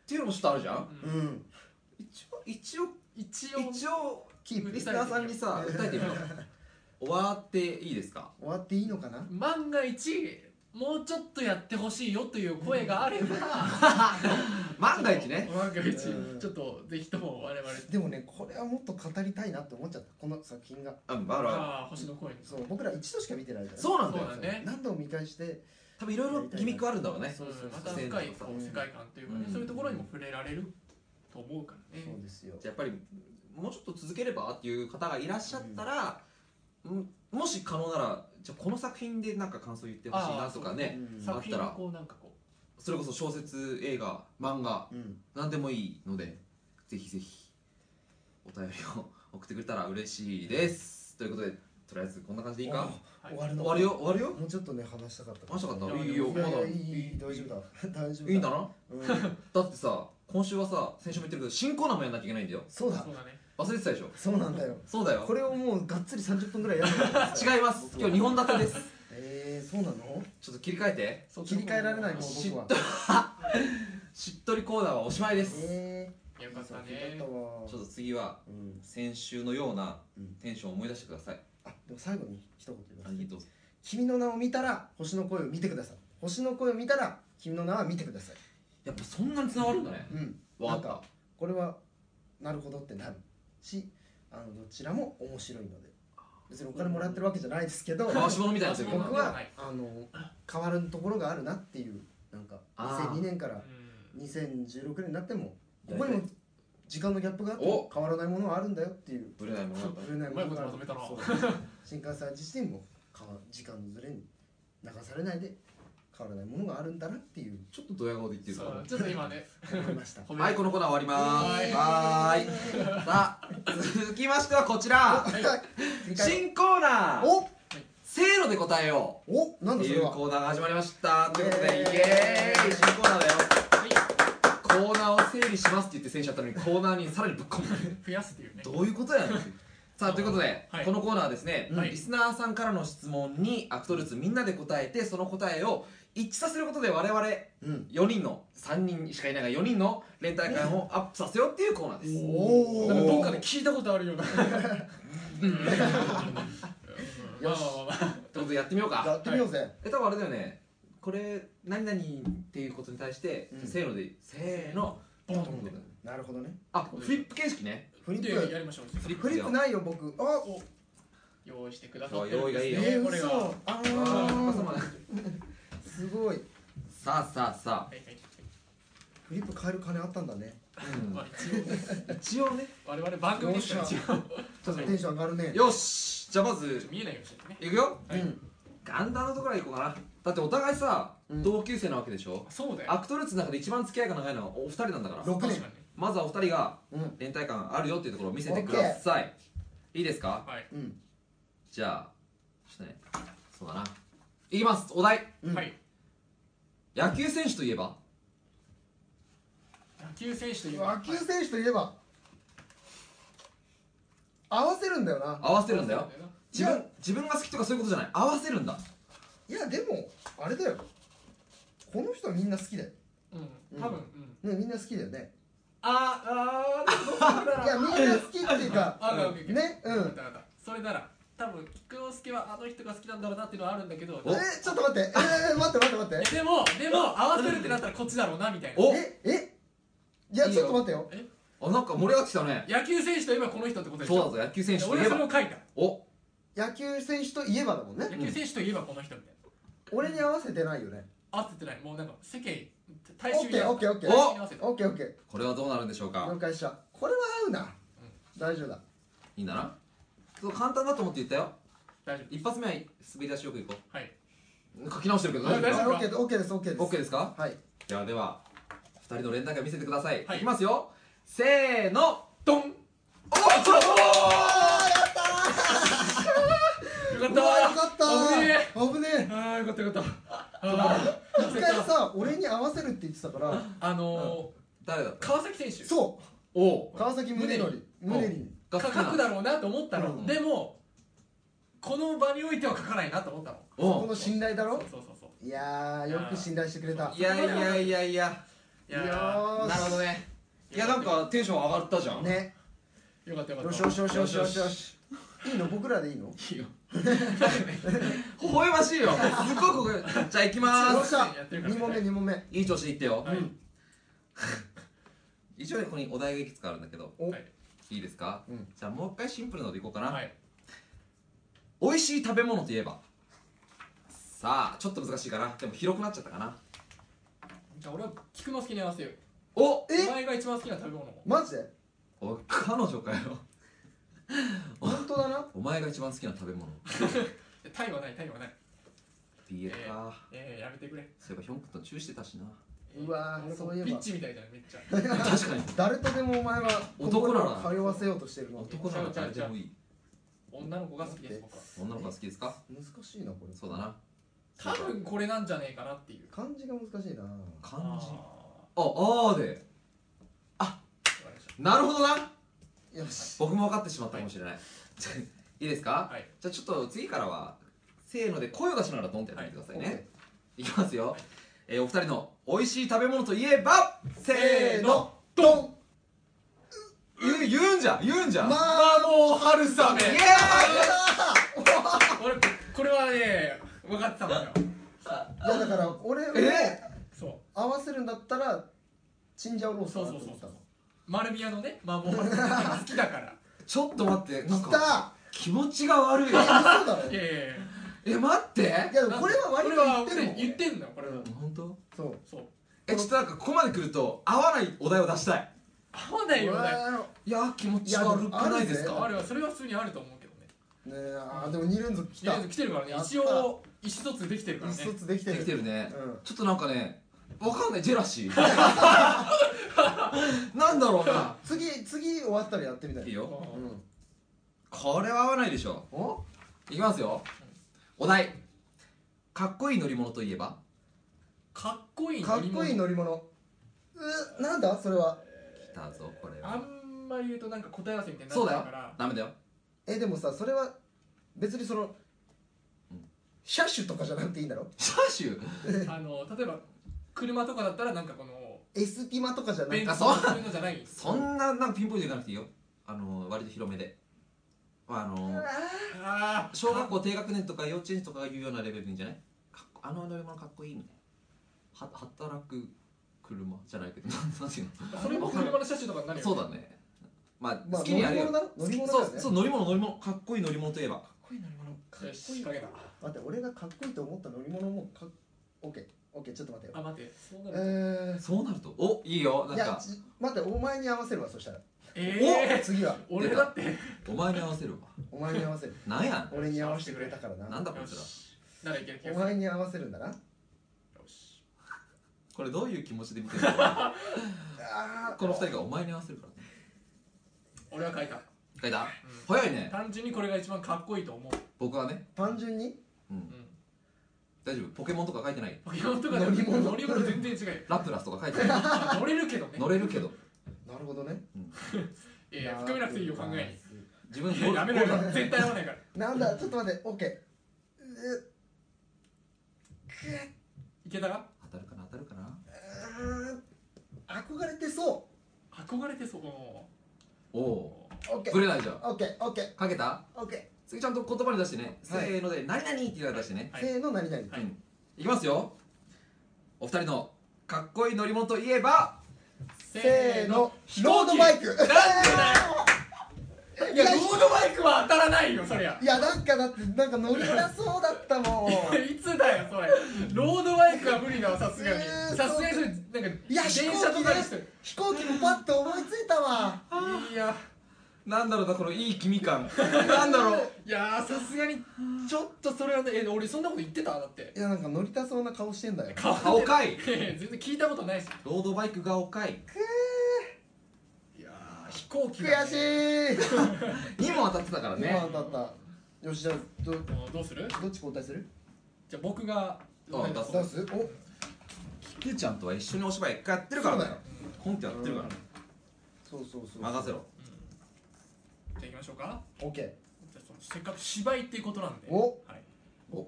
[SPEAKER 1] ていうのもちょっとあるじゃん
[SPEAKER 3] う
[SPEAKER 2] うんん
[SPEAKER 1] 一応一応
[SPEAKER 3] 一応
[SPEAKER 1] 一応
[SPEAKER 2] キープ
[SPEAKER 1] リ
[SPEAKER 2] で
[SPEAKER 1] ス
[SPEAKER 2] 終
[SPEAKER 1] ナーさんにさ訴えてみよう 終わっていいです か
[SPEAKER 2] わっていいのかな
[SPEAKER 3] 万が一もうちょっとやってほしいよという声があれば
[SPEAKER 1] 万が一ね
[SPEAKER 3] 万が一
[SPEAKER 2] うん
[SPEAKER 3] ちょっとぜひとも我々
[SPEAKER 2] でもねこれはもっと語りたいなって思っちゃったこの作品が
[SPEAKER 1] うんまあまあ
[SPEAKER 3] ああ星の声に
[SPEAKER 2] そう僕ら一度しか見てないから
[SPEAKER 1] そうなんだ
[SPEAKER 3] そ
[SPEAKER 1] よ
[SPEAKER 3] うだね
[SPEAKER 2] 何度も見返して
[SPEAKER 1] 多分いろいろギミックあるんだろうね
[SPEAKER 2] そうそう
[SPEAKER 3] うんま
[SPEAKER 1] そう
[SPEAKER 3] た深い
[SPEAKER 1] そう
[SPEAKER 3] こう世界観というかね
[SPEAKER 1] うん
[SPEAKER 3] そういうところにも触れられると思うからね
[SPEAKER 2] そうですよ
[SPEAKER 1] やっぱりもうちょっと続ければっていう方がいらっしゃったら、うんもし可能ならじゃあこの作品でなんか感想言ってほしいなとかね
[SPEAKER 2] うん
[SPEAKER 1] さ
[SPEAKER 3] 作品のこうなんかこう
[SPEAKER 1] それこそ小説映画漫画
[SPEAKER 2] うん、
[SPEAKER 1] 何でもいいのでぜひぜひお便りを送ってくれたら嬉しいですということでとりあえずこんな感じでいいか
[SPEAKER 3] は
[SPEAKER 2] 終わる
[SPEAKER 1] 終
[SPEAKER 2] の
[SPEAKER 1] わるよ終わるよ
[SPEAKER 2] もうちょっとね話したかった
[SPEAKER 1] 話したかった
[SPEAKER 3] いや
[SPEAKER 1] いいよ
[SPEAKER 2] い
[SPEAKER 1] ま
[SPEAKER 2] やい
[SPEAKER 1] だ
[SPEAKER 2] やいいいい大丈夫だ 大丈夫
[SPEAKER 1] いいんだな
[SPEAKER 2] うん
[SPEAKER 1] だってさ今週はさ先週も言ってるけど新コーナーもやんなきゃいけないんだよ
[SPEAKER 2] そうだ
[SPEAKER 3] そうだね
[SPEAKER 1] 忘れてたでしょ
[SPEAKER 2] そうなんだよ
[SPEAKER 1] そうだよ
[SPEAKER 2] これをもうがっつり30分ぐらいやる の
[SPEAKER 1] 違います今日2本立てです
[SPEAKER 2] えー、そうなの
[SPEAKER 1] ちょっと切り替えて
[SPEAKER 3] そっち
[SPEAKER 2] 切
[SPEAKER 3] の
[SPEAKER 2] り
[SPEAKER 3] 方
[SPEAKER 2] 替えられないもう
[SPEAKER 1] し
[SPEAKER 2] 僕は
[SPEAKER 1] しっとりコーナーはおしまいです
[SPEAKER 2] えー、
[SPEAKER 3] よかった
[SPEAKER 2] いい作品
[SPEAKER 3] ね
[SPEAKER 2] だったわ
[SPEAKER 1] ちょっと次は
[SPEAKER 2] うん、
[SPEAKER 1] 先週のような
[SPEAKER 2] うん
[SPEAKER 1] テンションを思い出してください
[SPEAKER 2] あでも最後に一言言いま
[SPEAKER 1] あ
[SPEAKER 2] す
[SPEAKER 1] どうぞ
[SPEAKER 2] 君の名を見たら星の声を見てください星の声を見たら君の名は見てください
[SPEAKER 1] やっぱそんなに繋がるんだね
[SPEAKER 2] うん
[SPEAKER 1] わかっ
[SPEAKER 2] なん
[SPEAKER 1] た
[SPEAKER 2] かこれはなるほどってなるしあのどちらも面白いので別にお金もらってるわけじゃないですけど
[SPEAKER 1] 回し物みたいなやつよ
[SPEAKER 3] 物
[SPEAKER 1] 今
[SPEAKER 2] 僕はあの変わるところがあるなっていうなんか
[SPEAKER 1] あー
[SPEAKER 2] 2002年か
[SPEAKER 3] う
[SPEAKER 2] ら
[SPEAKER 3] ん
[SPEAKER 2] 2016年になってもここにも時間のギャップがあって
[SPEAKER 1] お
[SPEAKER 2] 変わらないものはあるんだよっていう
[SPEAKER 1] ぶれないものだった
[SPEAKER 2] ぶれないものがある
[SPEAKER 3] うまいことまと
[SPEAKER 2] そう新幹線自身も変わ時間のずれに流されないで変わらないものがあるんだなっていう
[SPEAKER 1] ちょっとドヤ顔で言ってる
[SPEAKER 3] そ
[SPEAKER 1] か
[SPEAKER 3] うちょっと今ね
[SPEAKER 2] 思いま した
[SPEAKER 3] 褒め
[SPEAKER 1] はいこのコーナー終わりますはーいさあ続きましてはこちら
[SPEAKER 2] 次回
[SPEAKER 1] 新コーナー
[SPEAKER 2] お
[SPEAKER 1] せーので答えよ
[SPEAKER 2] おな
[SPEAKER 1] うんっ
[SPEAKER 2] だ
[SPEAKER 1] て
[SPEAKER 2] そ
[SPEAKER 1] い
[SPEAKER 2] れ
[SPEAKER 1] う
[SPEAKER 2] は
[SPEAKER 1] コーナーが始まりましたということでイ
[SPEAKER 2] イ
[SPEAKER 1] エ
[SPEAKER 2] エ
[SPEAKER 1] ー
[SPEAKER 2] ーイ
[SPEAKER 1] イ新コーナーだよ
[SPEAKER 3] はい
[SPEAKER 1] コーナーを整理しますって言って先週やったのにコーナーにさらにぶっ込む
[SPEAKER 3] 増やすっていうね
[SPEAKER 1] どういうことやねんさあということで、
[SPEAKER 3] はい
[SPEAKER 1] このコーナーはですね、
[SPEAKER 3] はい
[SPEAKER 1] リスナーさんからの質問にアクトルーツみんなで答えてその答えを一致させることで我々
[SPEAKER 2] うん
[SPEAKER 1] 4人の3人しかいないが4人の連帯感をアップさせようっていうコーナーです
[SPEAKER 2] おー
[SPEAKER 3] なんかどっかで聞いたことあるようなうんうんまあまあまあ
[SPEAKER 1] ということでやってみよう
[SPEAKER 2] や
[SPEAKER 1] か
[SPEAKER 2] ってみようぜ
[SPEAKER 1] え多分あれだよねこれ何々っていうことに対して、
[SPEAKER 2] うん
[SPEAKER 1] せーのでせーのボンってことだよね
[SPEAKER 2] なるほどね
[SPEAKER 1] あフリップ形式ね
[SPEAKER 2] フリッ
[SPEAKER 3] でや
[SPEAKER 2] プ
[SPEAKER 3] りましょう
[SPEAKER 1] フリップ
[SPEAKER 2] フリップないよ僕あ
[SPEAKER 3] お用意してくださってるん
[SPEAKER 1] 用意がいい
[SPEAKER 3] で
[SPEAKER 1] よ
[SPEAKER 3] すね
[SPEAKER 2] えー
[SPEAKER 3] これがは
[SPEAKER 2] 嘘あ
[SPEAKER 1] あーお母
[SPEAKER 2] ー
[SPEAKER 1] 様
[SPEAKER 2] すごい
[SPEAKER 1] さあさあさ
[SPEAKER 3] いはいはい
[SPEAKER 2] フリップ買える金あったんだね
[SPEAKER 1] あ、うん
[SPEAKER 3] まあ一応ね
[SPEAKER 1] 一応ね
[SPEAKER 3] 我々番組ですから
[SPEAKER 2] よっし
[SPEAKER 3] 一応
[SPEAKER 1] ちょっ
[SPEAKER 2] テンション上がるね
[SPEAKER 1] とよしじゃあまず
[SPEAKER 3] 見えないようにしてね
[SPEAKER 1] いくよ
[SPEAKER 3] はい
[SPEAKER 2] うん
[SPEAKER 1] ガンダムのところから行こうかなだってお互いさ、
[SPEAKER 2] うん
[SPEAKER 1] 同級生なわけでしょ
[SPEAKER 3] そうだよ
[SPEAKER 1] アクトルーツの中で一番付き合いが長いのはお二人なんだから
[SPEAKER 2] ろ
[SPEAKER 3] 確かにね
[SPEAKER 1] まずはお二人が
[SPEAKER 2] うん
[SPEAKER 1] 連帯感あるよっていうところを見せてくださいいいですか
[SPEAKER 3] はい
[SPEAKER 2] うん
[SPEAKER 1] じゃあちょっとねそうだないきますお題
[SPEAKER 2] うん
[SPEAKER 3] はい
[SPEAKER 1] 野球選手といえば
[SPEAKER 3] 野球選手という
[SPEAKER 2] 野球選手といえば合わせるんだよな
[SPEAKER 1] 合わせるんだよ自
[SPEAKER 2] いや
[SPEAKER 1] 分自分が好きとかそういうことじゃない合わせるんだ
[SPEAKER 2] いやでもあれだよこの人はみんな好きだよ
[SPEAKER 3] うん多分うん
[SPEAKER 2] ねみんな好きだよね
[SPEAKER 3] ああーそうだ
[SPEAKER 2] いやみんな好きっていうか
[SPEAKER 3] ああ
[SPEAKER 2] うんねうん
[SPEAKER 3] だからそれなら多分菊之助はあの人が好きなんだろうなっていうのはあるんだけど
[SPEAKER 1] お
[SPEAKER 2] えちょっと待ってえー待って待って待って
[SPEAKER 3] でもでも合わせるってなったらこっちだろうなみたいな
[SPEAKER 1] お
[SPEAKER 2] ええいや
[SPEAKER 1] いい
[SPEAKER 2] ち
[SPEAKER 1] よ
[SPEAKER 2] ょっと待ってよ
[SPEAKER 1] あなんか盛り上がってきたね
[SPEAKER 3] 野球選手といえばこの人ってことでし
[SPEAKER 1] そうだ
[SPEAKER 3] ょ
[SPEAKER 1] ぞ野球選手とい
[SPEAKER 3] 俺
[SPEAKER 1] え
[SPEAKER 3] はそれ
[SPEAKER 1] ば
[SPEAKER 3] を書いた
[SPEAKER 1] お
[SPEAKER 2] 野球選手といえばだもんね
[SPEAKER 3] 野球選手といえばこの人みたい
[SPEAKER 2] 俺に合わせてないよね
[SPEAKER 3] な合っててないもうなんか世間大
[SPEAKER 2] オ
[SPEAKER 3] 衆
[SPEAKER 2] ッケーオッケーオッケー
[SPEAKER 1] お
[SPEAKER 2] オ
[SPEAKER 3] 大衆に合わせた
[SPEAKER 2] ッケーオッケ
[SPEAKER 1] これはどうなるんでしょう
[SPEAKER 2] ー
[SPEAKER 1] か
[SPEAKER 2] 了解したこれは合うな大丈夫だ
[SPEAKER 1] いいんだなそう簡単だと思って言ったよ
[SPEAKER 3] 大丈
[SPEAKER 1] 一発目は滑り出しよくいこ
[SPEAKER 3] 夫はいう
[SPEAKER 1] 書き直してるけど
[SPEAKER 3] 大
[SPEAKER 1] 大
[SPEAKER 3] 丈夫
[SPEAKER 1] 丈
[SPEAKER 3] か
[SPEAKER 2] オッケーですオッケーですオッケー
[SPEAKER 1] 夫
[SPEAKER 2] で
[SPEAKER 1] OK ですか
[SPEAKER 2] すはい
[SPEAKER 1] ではでは二人の連絡見せてください、
[SPEAKER 3] はい
[SPEAKER 1] い、きますよせーの
[SPEAKER 3] ドン
[SPEAKER 1] おっ
[SPEAKER 3] よかっ
[SPEAKER 2] う
[SPEAKER 3] た
[SPEAKER 2] わよかった
[SPEAKER 3] 危ねえ
[SPEAKER 2] 危ねえ
[SPEAKER 3] あーよかったよかったあー
[SPEAKER 2] 一回さ俺に合わせるって言ってたから
[SPEAKER 3] あの
[SPEAKER 1] 誰だっ
[SPEAKER 3] ー
[SPEAKER 1] た
[SPEAKER 3] 川崎選手
[SPEAKER 2] そ
[SPEAKER 1] おお
[SPEAKER 2] う川崎宗則宗則に
[SPEAKER 1] が
[SPEAKER 3] 書
[SPEAKER 1] 好きな
[SPEAKER 3] くだろうなと思った
[SPEAKER 1] う
[SPEAKER 3] の
[SPEAKER 1] ん
[SPEAKER 3] でもこの場においては書かないなと思ったの
[SPEAKER 1] お
[SPEAKER 2] こ
[SPEAKER 1] う
[SPEAKER 2] の信頼だ
[SPEAKER 3] そう
[SPEAKER 2] ろ
[SPEAKER 3] そうそうそう
[SPEAKER 2] いやーよく信頼してくれた
[SPEAKER 1] いやいやいやいや
[SPEAKER 3] い
[SPEAKER 2] よ
[SPEAKER 3] や
[SPEAKER 2] ーし
[SPEAKER 1] なるほどねいやなんかテンション上がったじゃん、
[SPEAKER 2] ね
[SPEAKER 3] ーよかったよか
[SPEAKER 2] よ
[SPEAKER 3] った
[SPEAKER 2] しよしよしよしよし
[SPEAKER 3] よ
[SPEAKER 2] よしいいの僕らでいいの
[SPEAKER 3] しいいよ
[SPEAKER 1] 微笑ましいよすごくじゃあ行きま
[SPEAKER 2] よ
[SPEAKER 1] ー
[SPEAKER 2] っ
[SPEAKER 1] す
[SPEAKER 2] しゃ
[SPEAKER 3] やってるから
[SPEAKER 2] 2
[SPEAKER 3] ね
[SPEAKER 2] 問目2問目
[SPEAKER 1] いい調子でいってよ、
[SPEAKER 3] はい
[SPEAKER 1] うん一応ねここにお題がいくつかあるんだけど
[SPEAKER 2] お
[SPEAKER 3] はい
[SPEAKER 1] いいですか、
[SPEAKER 2] うん
[SPEAKER 1] じゃあもう一回シンプルなのでいこうかな、
[SPEAKER 3] はい
[SPEAKER 1] 美味しい食べ物といえばさあちょっと難しいかなでも広くなっちゃったかな
[SPEAKER 3] じゃあ俺は菊之助に合わせよう
[SPEAKER 1] お
[SPEAKER 3] お
[SPEAKER 2] え
[SPEAKER 3] 前が一番好きな食べ物
[SPEAKER 2] マジで
[SPEAKER 1] お彼女かよ
[SPEAKER 2] 本当 だな
[SPEAKER 1] お前が一番好きな食べ物
[SPEAKER 3] タイはないタイはない
[SPEAKER 1] BL か、
[SPEAKER 3] えー、やめてくれ
[SPEAKER 1] そういえばヒョン君とチューしてたしな
[SPEAKER 2] うわー
[SPEAKER 3] なんか
[SPEAKER 2] そういえば
[SPEAKER 3] ピッチみたいじゃんめっちゃ
[SPEAKER 1] 確かに
[SPEAKER 2] 誰とでもお前は
[SPEAKER 1] 男なら
[SPEAKER 2] 心を通わせようとしてるの
[SPEAKER 1] 男なら誰でもいい
[SPEAKER 3] 女の子が好きです僕は
[SPEAKER 1] 女の子が好きですか
[SPEAKER 2] 難しいなこれ
[SPEAKER 1] そうだな
[SPEAKER 3] 多分これなんじゃねえかなっていう
[SPEAKER 2] 漢字が難しいな
[SPEAKER 1] 漢字
[SPEAKER 3] あ
[SPEAKER 1] ああーで
[SPEAKER 3] ーわかりまし
[SPEAKER 1] なるほどな
[SPEAKER 2] よし
[SPEAKER 1] 僕も分かってしまったかもしれないいいです
[SPEAKER 3] た
[SPEAKER 1] か
[SPEAKER 3] はい
[SPEAKER 1] じゃあちょっと次からはせーので声を出しながらドンってやってみてくださいね、い、きますよ、えーお二人の美味しい食べ物といえばせーの
[SPEAKER 2] ドン
[SPEAKER 1] 言う言うんじゃ言うんじゃ、
[SPEAKER 2] まあ
[SPEAKER 3] あもう春雨
[SPEAKER 1] イエーイ
[SPEAKER 3] 俺これはね分かってたの
[SPEAKER 2] い
[SPEAKER 3] よ
[SPEAKER 2] やだから俺も
[SPEAKER 1] え
[SPEAKER 3] そう
[SPEAKER 2] 合わせるんだったらチンジャオロースかなと
[SPEAKER 3] そう
[SPEAKER 2] 思
[SPEAKER 3] そ
[SPEAKER 2] っ
[SPEAKER 3] う
[SPEAKER 2] た
[SPEAKER 3] そう
[SPEAKER 2] の
[SPEAKER 3] 丸宮のね麻婆好きだから
[SPEAKER 1] ちょっと待ってなんか
[SPEAKER 2] きた
[SPEAKER 1] 気持ちが悪い
[SPEAKER 2] え嘘だろ
[SPEAKER 3] い
[SPEAKER 2] い
[SPEAKER 3] やいやいや
[SPEAKER 1] え待って
[SPEAKER 2] やでもこれは割と言ってるもん
[SPEAKER 3] 言ってんのよこれは
[SPEAKER 2] うん
[SPEAKER 1] 本当
[SPEAKER 2] そう
[SPEAKER 3] そう
[SPEAKER 1] えちょっとなんかここまで来ると合わないお題を出したい
[SPEAKER 3] 合わないよ
[SPEAKER 2] う
[SPEAKER 3] ね
[SPEAKER 2] わ
[SPEAKER 1] いやー気持ち悪くないです
[SPEAKER 2] いや
[SPEAKER 3] あ
[SPEAKER 1] か
[SPEAKER 3] れはそれは普通にあると思うけどね
[SPEAKER 2] ーねえあーでも2連続き
[SPEAKER 3] とりあ
[SPEAKER 2] た
[SPEAKER 3] えず来てるからね
[SPEAKER 2] やった
[SPEAKER 3] 一応意思疎通できてる
[SPEAKER 2] 一
[SPEAKER 3] からね
[SPEAKER 2] 卒できて
[SPEAKER 1] で
[SPEAKER 2] る
[SPEAKER 1] きてるね
[SPEAKER 2] うん
[SPEAKER 1] ちょっとなんかねわかんないジェラシーなんだろうな
[SPEAKER 2] 次次終わったらやってみたい
[SPEAKER 1] いい
[SPEAKER 2] な
[SPEAKER 1] よ
[SPEAKER 2] うん
[SPEAKER 1] これは合わないでしょ
[SPEAKER 2] お
[SPEAKER 1] いきますよお題かっこいい乗り物といえば
[SPEAKER 3] かっこいい
[SPEAKER 2] か
[SPEAKER 3] 乗
[SPEAKER 2] っ
[SPEAKER 3] り物
[SPEAKER 2] こいい乗り物うなんだそれは
[SPEAKER 1] 来たぞこれ
[SPEAKER 3] あ
[SPEAKER 1] は
[SPEAKER 3] んまり言うとなんか答え合わせみたいになっちゃうから
[SPEAKER 1] ダメだよ
[SPEAKER 2] えでもさそれは別にその
[SPEAKER 1] うん
[SPEAKER 2] 車種とかじゃなくていいんだろ
[SPEAKER 1] シャーシュ
[SPEAKER 3] あの例えば車とかだったらなんかこの
[SPEAKER 2] S ピマとかじゃなく
[SPEAKER 3] ベン
[SPEAKER 2] て
[SPEAKER 3] チと
[SPEAKER 1] そう
[SPEAKER 3] かそういうのじゃない
[SPEAKER 1] そんななんかピンポイントいかなくていいよあの割と広めでまああの
[SPEAKER 3] あー
[SPEAKER 1] 小学校低学年とか幼稚園児とかが言うようなレベルでいいんじゃないかっこあの乗り物かっこいいみたいなは働く車じゃないけどなんなんていう
[SPEAKER 3] それも車の車種とかになる
[SPEAKER 1] の
[SPEAKER 3] よ
[SPEAKER 1] そう
[SPEAKER 3] ね
[SPEAKER 1] だねまあ
[SPEAKER 2] まあ
[SPEAKER 1] 好きにやれよ
[SPEAKER 2] 乗り物だ
[SPEAKER 1] そ
[SPEAKER 2] ろ乗り物だ
[SPEAKER 1] うそう乗り物乗
[SPEAKER 2] よね
[SPEAKER 1] り物かっこいい乗り物といえば
[SPEAKER 3] かっこいい乗り物かっ
[SPEAKER 2] よし
[SPEAKER 3] こいい
[SPEAKER 2] 仕掛
[SPEAKER 3] け
[SPEAKER 2] け
[SPEAKER 3] だ
[SPEAKER 2] 待って俺がかっこいいと思った乗り物もかっ OK OK ちょっと待ってよ
[SPEAKER 3] あ待ってそうなる
[SPEAKER 2] え
[SPEAKER 1] そうなるとおいいよなん
[SPEAKER 2] ーいや
[SPEAKER 1] か
[SPEAKER 2] ち待ってお前に合わせるわそしたら
[SPEAKER 3] えー
[SPEAKER 2] 次は
[SPEAKER 3] 俺だって
[SPEAKER 1] お前に合わせるわ
[SPEAKER 2] お前に合わ せる
[SPEAKER 1] なんや
[SPEAKER 2] 俺に合わせてくれたから
[SPEAKER 1] んな
[SPEAKER 2] なん
[SPEAKER 1] だこいつら
[SPEAKER 3] しならいける気
[SPEAKER 2] お
[SPEAKER 3] がする
[SPEAKER 2] 前に合わせるんだな
[SPEAKER 3] よし
[SPEAKER 1] これどういう気持ちで見てる の
[SPEAKER 2] あー
[SPEAKER 1] この二人がお前に合わせるからね
[SPEAKER 3] 俺は書いた
[SPEAKER 1] 書いた早いね
[SPEAKER 3] 単純にこれが一番かっこいいと思う
[SPEAKER 1] 僕はね
[SPEAKER 2] 単純に
[SPEAKER 1] うん
[SPEAKER 3] うん
[SPEAKER 1] 大丈夫ポケモンとか書いてない
[SPEAKER 3] ポケモンとかでも
[SPEAKER 2] 乗り物
[SPEAKER 3] 乗り物全然違うよ
[SPEAKER 1] ラプラスとか書いてない
[SPEAKER 3] あ乗れるけ どね
[SPEAKER 1] 乗れるけど
[SPEAKER 2] なるほどね
[SPEAKER 3] いやいや深めなくていいよ考え
[SPEAKER 1] 自分
[SPEAKER 3] にいややめろ
[SPEAKER 1] ゴル
[SPEAKER 3] よ絶対合わないから
[SPEAKER 2] なんだちょっと待って OK う
[SPEAKER 3] いけたか
[SPEAKER 1] 当たるかな当たるかな
[SPEAKER 2] あー憧れてそ
[SPEAKER 3] 憧れてそこ
[SPEAKER 1] お
[SPEAKER 3] の
[SPEAKER 1] お
[SPEAKER 2] う OK
[SPEAKER 1] ぶれないじゃん
[SPEAKER 2] OK OK
[SPEAKER 1] かけた
[SPEAKER 2] OK
[SPEAKER 1] 次ちゃんと言葉に出してね、
[SPEAKER 2] はい
[SPEAKER 1] せーので「何々」って言われ出してね、
[SPEAKER 3] はい
[SPEAKER 2] せーの何々
[SPEAKER 3] はい
[SPEAKER 1] うんいきますよお二人のかっこいい乗り物といえば
[SPEAKER 3] せ
[SPEAKER 2] せーの
[SPEAKER 3] 飛
[SPEAKER 2] ロ
[SPEAKER 3] 行
[SPEAKER 2] ー
[SPEAKER 3] 機
[SPEAKER 2] ドバイク
[SPEAKER 3] なんでだよいやロードバイクは当たらないよそりゃ
[SPEAKER 2] いやなんかだってなんか乗りなそうだったもん
[SPEAKER 3] いつだよそれロードバイクは無理だわさすがに
[SPEAKER 2] えー
[SPEAKER 3] さすがにそれなんか
[SPEAKER 2] いや
[SPEAKER 3] 電車とかにして
[SPEAKER 2] 飛行機もパッと思いついたわ
[SPEAKER 3] いや
[SPEAKER 1] なんだろうなこのいい君感なんだろう
[SPEAKER 3] いやーさすがにちょっとそれはねえ俺そんなこと言ってただって
[SPEAKER 2] いやなんか乗りたそうな顔してんだよ
[SPEAKER 3] 顔
[SPEAKER 1] 顔かい
[SPEAKER 3] 全然聞いたことないし
[SPEAKER 1] ロードバイクがおかい
[SPEAKER 3] いやー飛行機だね
[SPEAKER 2] 悔しい
[SPEAKER 1] にも当たってたからね
[SPEAKER 2] 今当たったよしじゃあどど
[SPEAKER 3] もうどうする
[SPEAKER 2] っち交代する
[SPEAKER 3] じゃあ僕
[SPEAKER 1] あ
[SPEAKER 3] が
[SPEAKER 1] 出
[SPEAKER 2] 出すお
[SPEAKER 1] キクちゃんとは一緒にお芝居一回やってるから
[SPEAKER 2] そうだ
[SPEAKER 1] ね
[SPEAKER 2] よ
[SPEAKER 1] コントやってるからね
[SPEAKER 2] そうそうそう
[SPEAKER 1] 任せろ
[SPEAKER 3] じゃあ行きましょうか
[SPEAKER 2] オッケー
[SPEAKER 3] じゃあそのせっかく芝居っていうことなんで
[SPEAKER 2] お
[SPEAKER 3] はい、
[SPEAKER 1] お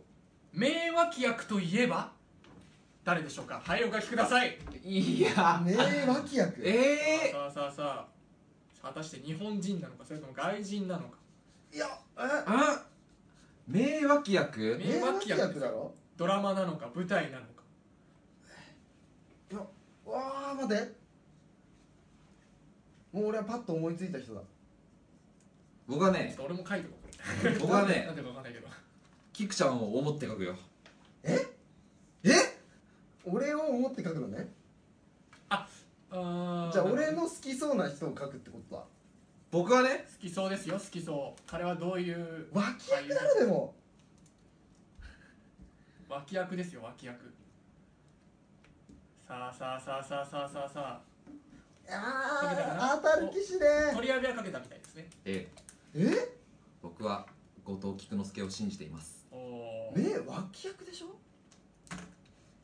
[SPEAKER 3] 名脇役といえば誰でしょうかはいお書きください
[SPEAKER 1] いや
[SPEAKER 2] 名脇役
[SPEAKER 1] え
[SPEAKER 3] さあさあさあ果たして日本人なのかそれとも外人なのか
[SPEAKER 2] いやえ
[SPEAKER 1] ー、あ名脇役
[SPEAKER 2] 名脇役だろ
[SPEAKER 3] ドラマなのか舞台なのか
[SPEAKER 2] わあ待ってもう俺はパッと思いついた人だ
[SPEAKER 1] 僕は
[SPEAKER 3] ちょっ
[SPEAKER 1] ね
[SPEAKER 3] と俺も書いてこうこ
[SPEAKER 1] 僕は
[SPEAKER 3] れ
[SPEAKER 1] ね
[SPEAKER 3] なんてかわかんないけど
[SPEAKER 1] キクちゃんを思って書くよ
[SPEAKER 2] え俺を思って書くのね
[SPEAKER 3] あー
[SPEAKER 2] じゃあ俺の好きそうな人を書くってことだ
[SPEAKER 1] 僕はね
[SPEAKER 3] 好きそうですよ好きそう彼はどういう
[SPEAKER 2] 脇役だろでも
[SPEAKER 3] 脇役ですよ脇役さあさあさあさあさあさあさ
[SPEAKER 2] あー当たる騎士ね
[SPEAKER 3] あ取り上げはかけたみたいですね
[SPEAKER 1] ええ
[SPEAKER 2] え
[SPEAKER 1] 僕は後藤菊之助を信じています
[SPEAKER 3] おおー
[SPEAKER 2] ね脇役でしょ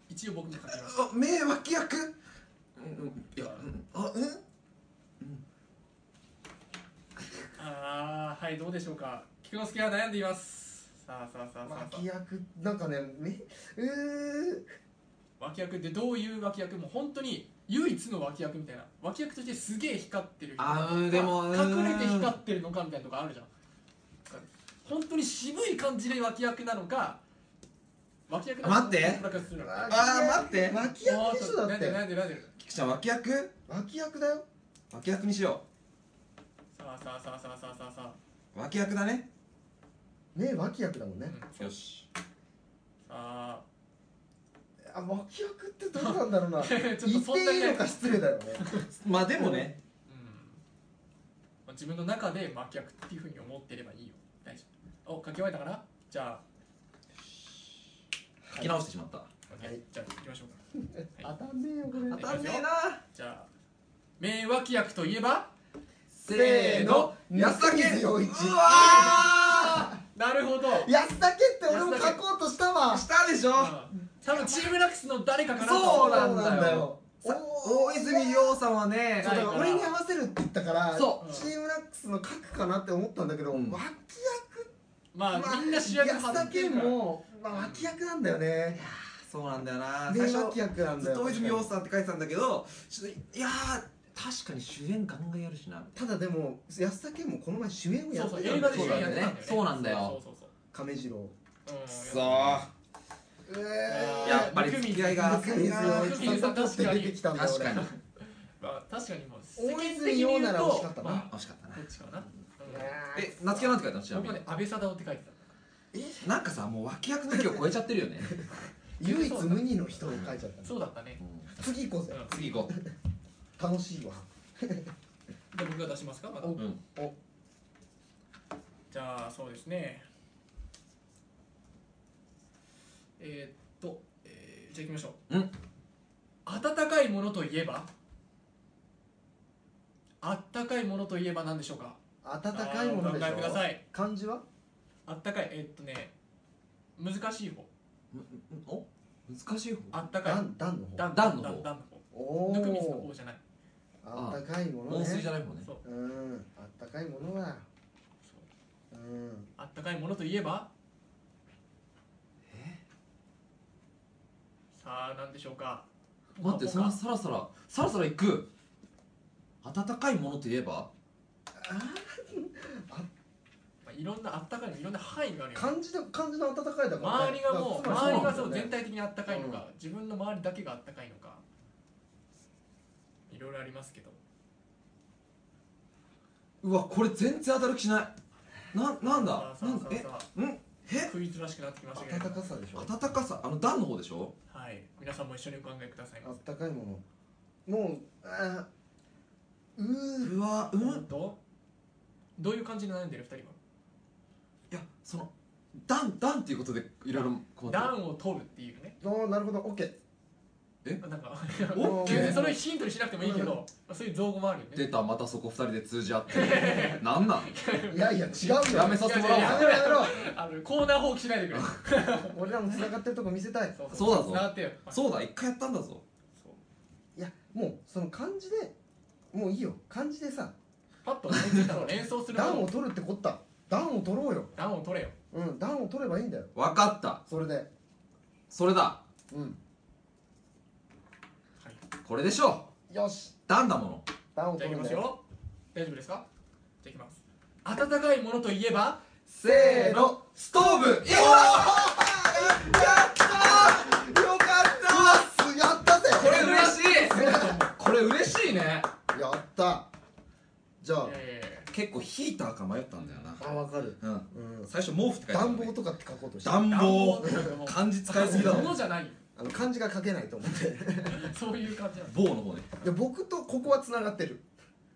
[SPEAKER 3] 一応僕も書きました
[SPEAKER 1] あ名脇役うんうんいやうんあうん
[SPEAKER 3] ああはいどうでしょうか菊之助は悩んでいますさあさあさあさあさ
[SPEAKER 2] 脇役なんかねめう
[SPEAKER 3] あ脇役でどういう脇役も本当に唯一の脇役みたいな脇役としてすげえ光ってる人
[SPEAKER 1] あーうんでもうん
[SPEAKER 3] 隠れて光ってるのかみたいなとこあるじゃん本当に渋い感じで脇役なのか脇役なのか
[SPEAKER 1] 待って
[SPEAKER 3] プラカスするのか
[SPEAKER 1] あ
[SPEAKER 2] ー
[SPEAKER 1] ー待って
[SPEAKER 2] 脇役でしょだっ
[SPEAKER 3] 悩んでる
[SPEAKER 2] て
[SPEAKER 3] 悩んでる悩んでる
[SPEAKER 1] 菊ちゃん脇役
[SPEAKER 2] 脇役だよ
[SPEAKER 1] 脇役にしよ
[SPEAKER 3] さあさあさあさあさあさあさ
[SPEAKER 1] う脇役だね
[SPEAKER 2] ね脇役だもん
[SPEAKER 3] あ、う
[SPEAKER 2] ね
[SPEAKER 3] ん、さ
[SPEAKER 1] よし
[SPEAKER 3] あ
[SPEAKER 2] あ脇役ってどうなんだろうな
[SPEAKER 3] ちょっ
[SPEAKER 2] 言
[SPEAKER 3] と
[SPEAKER 2] ってい
[SPEAKER 3] そんなに
[SPEAKER 2] いの
[SPEAKER 3] ね
[SPEAKER 2] か失礼だよね
[SPEAKER 1] まあでもね
[SPEAKER 3] うんまあ自分の中で真逆っていうふうに思ってればいいよ大丈夫お書き終えたかなじゃ
[SPEAKER 1] 書き直してしまった
[SPEAKER 3] あ、
[SPEAKER 2] はい
[SPEAKER 3] じゃあ行きましょうか
[SPEAKER 2] 当たんねえよこれ
[SPEAKER 3] 当たんねえ
[SPEAKER 1] な
[SPEAKER 3] じゃあ名脇役といえば
[SPEAKER 1] せーの安田圭
[SPEAKER 2] 陽一
[SPEAKER 1] うわ
[SPEAKER 3] なるほど
[SPEAKER 2] 安田家って俺も書こうとしたわ
[SPEAKER 1] ーしたでしょ
[SPEAKER 3] うん多分チームラックスの誰かかな
[SPEAKER 1] そうなんだよ
[SPEAKER 2] そう
[SPEAKER 1] さ
[SPEAKER 2] お
[SPEAKER 1] 大
[SPEAKER 2] ー
[SPEAKER 1] 泉洋さんはね
[SPEAKER 2] そうだから俺に合わせるって言ったから
[SPEAKER 1] そう
[SPEAKER 2] チームラックスの書くかなって思ったんだけど、
[SPEAKER 1] うん
[SPEAKER 2] 脇役
[SPEAKER 3] まあみんな主役
[SPEAKER 2] 安田家
[SPEAKER 3] から
[SPEAKER 2] も、まあ、脇役なんだよね、
[SPEAKER 1] そうなんだよな
[SPEAKER 2] ね
[SPEAKER 1] 最
[SPEAKER 2] 脇
[SPEAKER 1] 初
[SPEAKER 2] 役なんだ
[SPEAKER 1] ずっ
[SPEAKER 2] よ
[SPEAKER 1] と大泉洋さんって書いてたんだけどちょっといやー確かに主演ガンガンやるしな
[SPEAKER 2] ただでも安田家もこの前主演をや
[SPEAKER 3] そ
[SPEAKER 2] っ
[SPEAKER 3] うそう
[SPEAKER 2] てた
[SPEAKER 3] 映
[SPEAKER 2] んだよ
[SPEAKER 3] 画で主演やってたんだよね
[SPEAKER 1] そうなんだよ
[SPEAKER 3] そうそう
[SPEAKER 2] 亀次郎
[SPEAKER 3] そううん
[SPEAKER 1] く
[SPEAKER 2] え
[SPEAKER 3] ー
[SPEAKER 1] やっぱり付き合いが
[SPEAKER 2] 安田家
[SPEAKER 1] な
[SPEAKER 2] が
[SPEAKER 3] 安田家さん
[SPEAKER 2] って出 てきたんだ
[SPEAKER 1] 確
[SPEAKER 2] 俺
[SPEAKER 1] かに
[SPEAKER 3] まあ確かにもう世
[SPEAKER 2] 大
[SPEAKER 3] 間的
[SPEAKER 2] 泉
[SPEAKER 3] に言
[SPEAKER 2] 洋
[SPEAKER 3] う
[SPEAKER 2] なら惜しかった
[SPEAKER 3] と
[SPEAKER 2] な、
[SPEAKER 3] まあ
[SPEAKER 1] 惜しかったな
[SPEAKER 3] こっちかなうん
[SPEAKER 1] え夏希はなんて書いたのちなみ
[SPEAKER 3] 僕は
[SPEAKER 1] に
[SPEAKER 3] ね安倍貞夫って書いてた
[SPEAKER 1] なんかさもう脇役の域を超えちゃってるよね
[SPEAKER 2] 唯一無二の人を書いちゃったね
[SPEAKER 3] そうだったね
[SPEAKER 1] うん
[SPEAKER 2] 次行こうぜ
[SPEAKER 1] 次行こ
[SPEAKER 2] 楽しいわ
[SPEAKER 3] じゃあ僕が出しますかまだ
[SPEAKER 1] ううん
[SPEAKER 3] じゃあそうですねえー、っと、えーじゃあ行きましょう
[SPEAKER 1] うん
[SPEAKER 3] 温かいものといえばあったかいものといえば何でしょうか
[SPEAKER 2] 温かいものでし
[SPEAKER 3] あーお考えくだ
[SPEAKER 2] ょ
[SPEAKER 3] さい
[SPEAKER 2] 漢字は
[SPEAKER 3] あったかいえーっとね難しい方
[SPEAKER 1] むむお難しい方
[SPEAKER 3] あったかい
[SPEAKER 2] 段段の方
[SPEAKER 3] 段
[SPEAKER 1] 段の方
[SPEAKER 3] 段の
[SPEAKER 2] お
[SPEAKER 3] 方
[SPEAKER 2] お
[SPEAKER 3] ぬくみずの方じゃない
[SPEAKER 2] あったかいもの
[SPEAKER 1] 温水じ
[SPEAKER 2] ね
[SPEAKER 1] ゃない方ね
[SPEAKER 3] そう
[SPEAKER 2] うんあったかいものだ
[SPEAKER 3] そう
[SPEAKER 2] うん
[SPEAKER 3] あったかいものといえばさあ何でしょうか
[SPEAKER 1] 待って
[SPEAKER 3] ほ
[SPEAKER 1] そ
[SPEAKER 3] か
[SPEAKER 1] んな
[SPEAKER 3] ほか
[SPEAKER 1] さらさらさらさらいく温かいものといえば
[SPEAKER 3] まあいろんなあったかいのいろんな範囲があるよね
[SPEAKER 2] 漢字だ漢字の温かいだから
[SPEAKER 3] 周
[SPEAKER 2] ね
[SPEAKER 3] りがもう
[SPEAKER 2] だから
[SPEAKER 3] 周りが
[SPEAKER 2] つ
[SPEAKER 3] そう
[SPEAKER 2] まり
[SPEAKER 3] 全体的にあったかいのか、自分の周りだけがあったかいのかいろいろありますけど
[SPEAKER 1] うわこれ全然当たる気しないななんだ
[SPEAKER 3] さあ
[SPEAKER 1] なんだ
[SPEAKER 3] さあ
[SPEAKER 1] え
[SPEAKER 3] さあ
[SPEAKER 1] んえ
[SPEAKER 3] クイズらしくなってきましたけ
[SPEAKER 2] 温
[SPEAKER 3] ど
[SPEAKER 2] かさでしょ
[SPEAKER 1] 温かさあの段の方でしょ
[SPEAKER 3] はい皆さんも一緒にお考えくださいま
[SPEAKER 2] あ
[SPEAKER 3] せ
[SPEAKER 2] ったかいものもうあーうー
[SPEAKER 1] うわうん
[SPEAKER 3] 本当どういう感じで悩んでる二
[SPEAKER 1] い
[SPEAKER 3] 人
[SPEAKER 1] やその段段っていうことでいろいろ困
[SPEAKER 3] は
[SPEAKER 1] ってる
[SPEAKER 3] 段を取るっていうね
[SPEAKER 2] おーなるほどオッケー
[SPEAKER 3] なんか
[SPEAKER 1] お
[SPEAKER 2] っ
[SPEAKER 3] 急にそ
[SPEAKER 2] ー
[SPEAKER 3] れをヒントにしなくてもいいけど、まあ、そういう造語もあるよ
[SPEAKER 1] 出
[SPEAKER 3] ね
[SPEAKER 1] たまたそこ二人で通じ合って なんなん
[SPEAKER 2] いやいや違うよ
[SPEAKER 1] やめさせてもらおう
[SPEAKER 2] や
[SPEAKER 1] か
[SPEAKER 2] めろやめろ
[SPEAKER 3] あのコーナー放棄しないでくれ
[SPEAKER 2] 俺らも繋がってるとこ見せたい
[SPEAKER 3] そう
[SPEAKER 1] そうだぞ
[SPEAKER 3] つながってよ
[SPEAKER 1] そうだ一回やったんだぞ
[SPEAKER 3] そう
[SPEAKER 2] いやもうその漢字でもういいよ漢字でさ
[SPEAKER 3] パッと思いついたのを連想するも
[SPEAKER 2] 段を
[SPEAKER 3] の
[SPEAKER 2] 取るってこった段を取ろうよ
[SPEAKER 3] 段を取れよ
[SPEAKER 2] うん段を取ればいいんだよ
[SPEAKER 1] 分かった
[SPEAKER 2] それで
[SPEAKER 1] それだ
[SPEAKER 2] うん
[SPEAKER 3] はい
[SPEAKER 1] これでしょ
[SPEAKER 2] よし
[SPEAKER 1] 段だもの
[SPEAKER 2] 段を
[SPEAKER 3] じゃ
[SPEAKER 2] 取
[SPEAKER 3] あいき
[SPEAKER 2] るん
[SPEAKER 3] ま
[SPEAKER 2] だ
[SPEAKER 3] す
[SPEAKER 2] よ
[SPEAKER 3] よ大丈夫ですかじゃあいきます温かいものといえば
[SPEAKER 1] せーのストーブよっやったーよかっ
[SPEAKER 2] うわすやったぜ
[SPEAKER 1] たこれ嬉しいこれ嬉しいね
[SPEAKER 2] やったじゃあ
[SPEAKER 3] いやいやいや
[SPEAKER 1] 結構ヒーターか迷ったんだよな
[SPEAKER 2] あわかる
[SPEAKER 1] うん
[SPEAKER 2] うん
[SPEAKER 1] 最初毛布って書いてあ
[SPEAKER 2] 暖
[SPEAKER 1] る
[SPEAKER 2] 房とかって書こうとして
[SPEAKER 1] 暖
[SPEAKER 3] 暖房
[SPEAKER 1] 房
[SPEAKER 3] っていうかもう
[SPEAKER 1] 漢字使いすぎだ
[SPEAKER 3] も
[SPEAKER 1] ろ
[SPEAKER 3] のじゃないよ
[SPEAKER 2] あの漢字が書けないと思って
[SPEAKER 3] そういう感じなの
[SPEAKER 1] 棒の方ね
[SPEAKER 2] で僕とここは繋がってる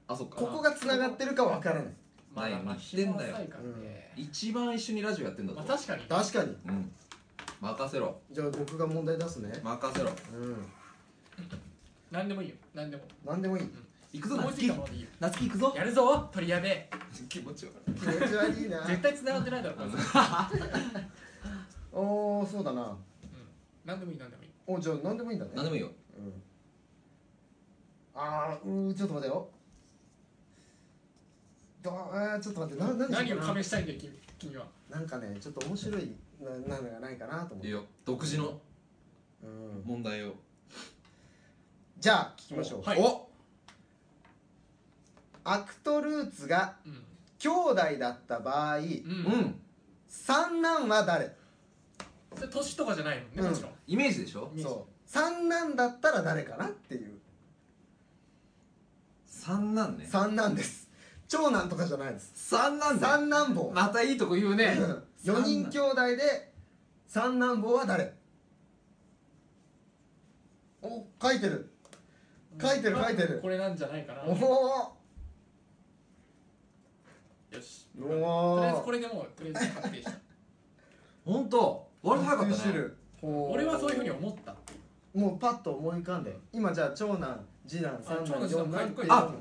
[SPEAKER 1] あそっか
[SPEAKER 2] ここが繋がってるかわからない
[SPEAKER 3] まあ
[SPEAKER 1] ない
[SPEAKER 3] まあ
[SPEAKER 1] 言ってんだよ
[SPEAKER 3] 暇浅いからね
[SPEAKER 1] 一番一緒にラジオやってんだぞ
[SPEAKER 3] まあ確かに
[SPEAKER 2] 確かに
[SPEAKER 1] うん任せろ
[SPEAKER 2] じゃあ僕が問題出すね
[SPEAKER 1] 任せろ
[SPEAKER 2] うん
[SPEAKER 3] 何でもいいよ何でも
[SPEAKER 2] 何でもいい
[SPEAKER 1] 行くぞ
[SPEAKER 3] 思い
[SPEAKER 1] 夏
[SPEAKER 3] つ
[SPEAKER 1] 希
[SPEAKER 3] いたままでいいよ
[SPEAKER 1] 夏希行くぞ
[SPEAKER 3] やるぞ鳥やべ
[SPEAKER 1] 気持ちよかっ
[SPEAKER 2] 気持ち悪いな
[SPEAKER 3] 絶対繋がってないだろこれ
[SPEAKER 2] おーそうだな
[SPEAKER 3] 何でもいい何でもいい
[SPEAKER 2] おじゃあ何でもいいんだね
[SPEAKER 1] 何でもいいよ
[SPEAKER 2] うんあーうーちょっと待てよどあーちょっと待ってな何
[SPEAKER 3] 何
[SPEAKER 2] しよ
[SPEAKER 3] を
[SPEAKER 2] うかな
[SPEAKER 3] 試したいんだよ君君は
[SPEAKER 2] なんかねちょっと面白いななのがないかなと思っ
[SPEAKER 1] いい
[SPEAKER 2] て、
[SPEAKER 1] よ独自の
[SPEAKER 2] うん、
[SPEAKER 1] 問題を
[SPEAKER 2] じゃあ聞きましょう、
[SPEAKER 3] はい
[SPEAKER 1] お
[SPEAKER 2] アクトルーツが
[SPEAKER 3] うん
[SPEAKER 2] 兄弟だった場合
[SPEAKER 3] うん
[SPEAKER 1] うん
[SPEAKER 2] 三男は誰
[SPEAKER 3] それ年とかじゃないもんね
[SPEAKER 2] うん
[SPEAKER 3] もちろん
[SPEAKER 1] イメージでしょ
[SPEAKER 3] イメージ
[SPEAKER 2] そう三男だったら誰かなっていう
[SPEAKER 1] 三なんね
[SPEAKER 2] 三男です長男とかじゃないです
[SPEAKER 1] 三なんだ
[SPEAKER 2] 三男坊
[SPEAKER 1] またいいとこ言うね
[SPEAKER 2] 4人兄弟で三男坊は誰お書いてる書いてる書いてる
[SPEAKER 3] これなんじゃないかな
[SPEAKER 2] お
[SPEAKER 3] よ
[SPEAKER 2] おおお
[SPEAKER 3] しとりあえずこれでもうとりあえず確定した
[SPEAKER 1] 本当割と早かったね
[SPEAKER 3] 俺はそういうふうに
[SPEAKER 2] う
[SPEAKER 3] 思ったっていう
[SPEAKER 2] もうパッと思い浮かんで今じゃあ長男次男三
[SPEAKER 3] 長
[SPEAKER 2] 男
[SPEAKER 3] 男次男
[SPEAKER 2] 四男っていう
[SPEAKER 3] か
[SPEAKER 1] っこ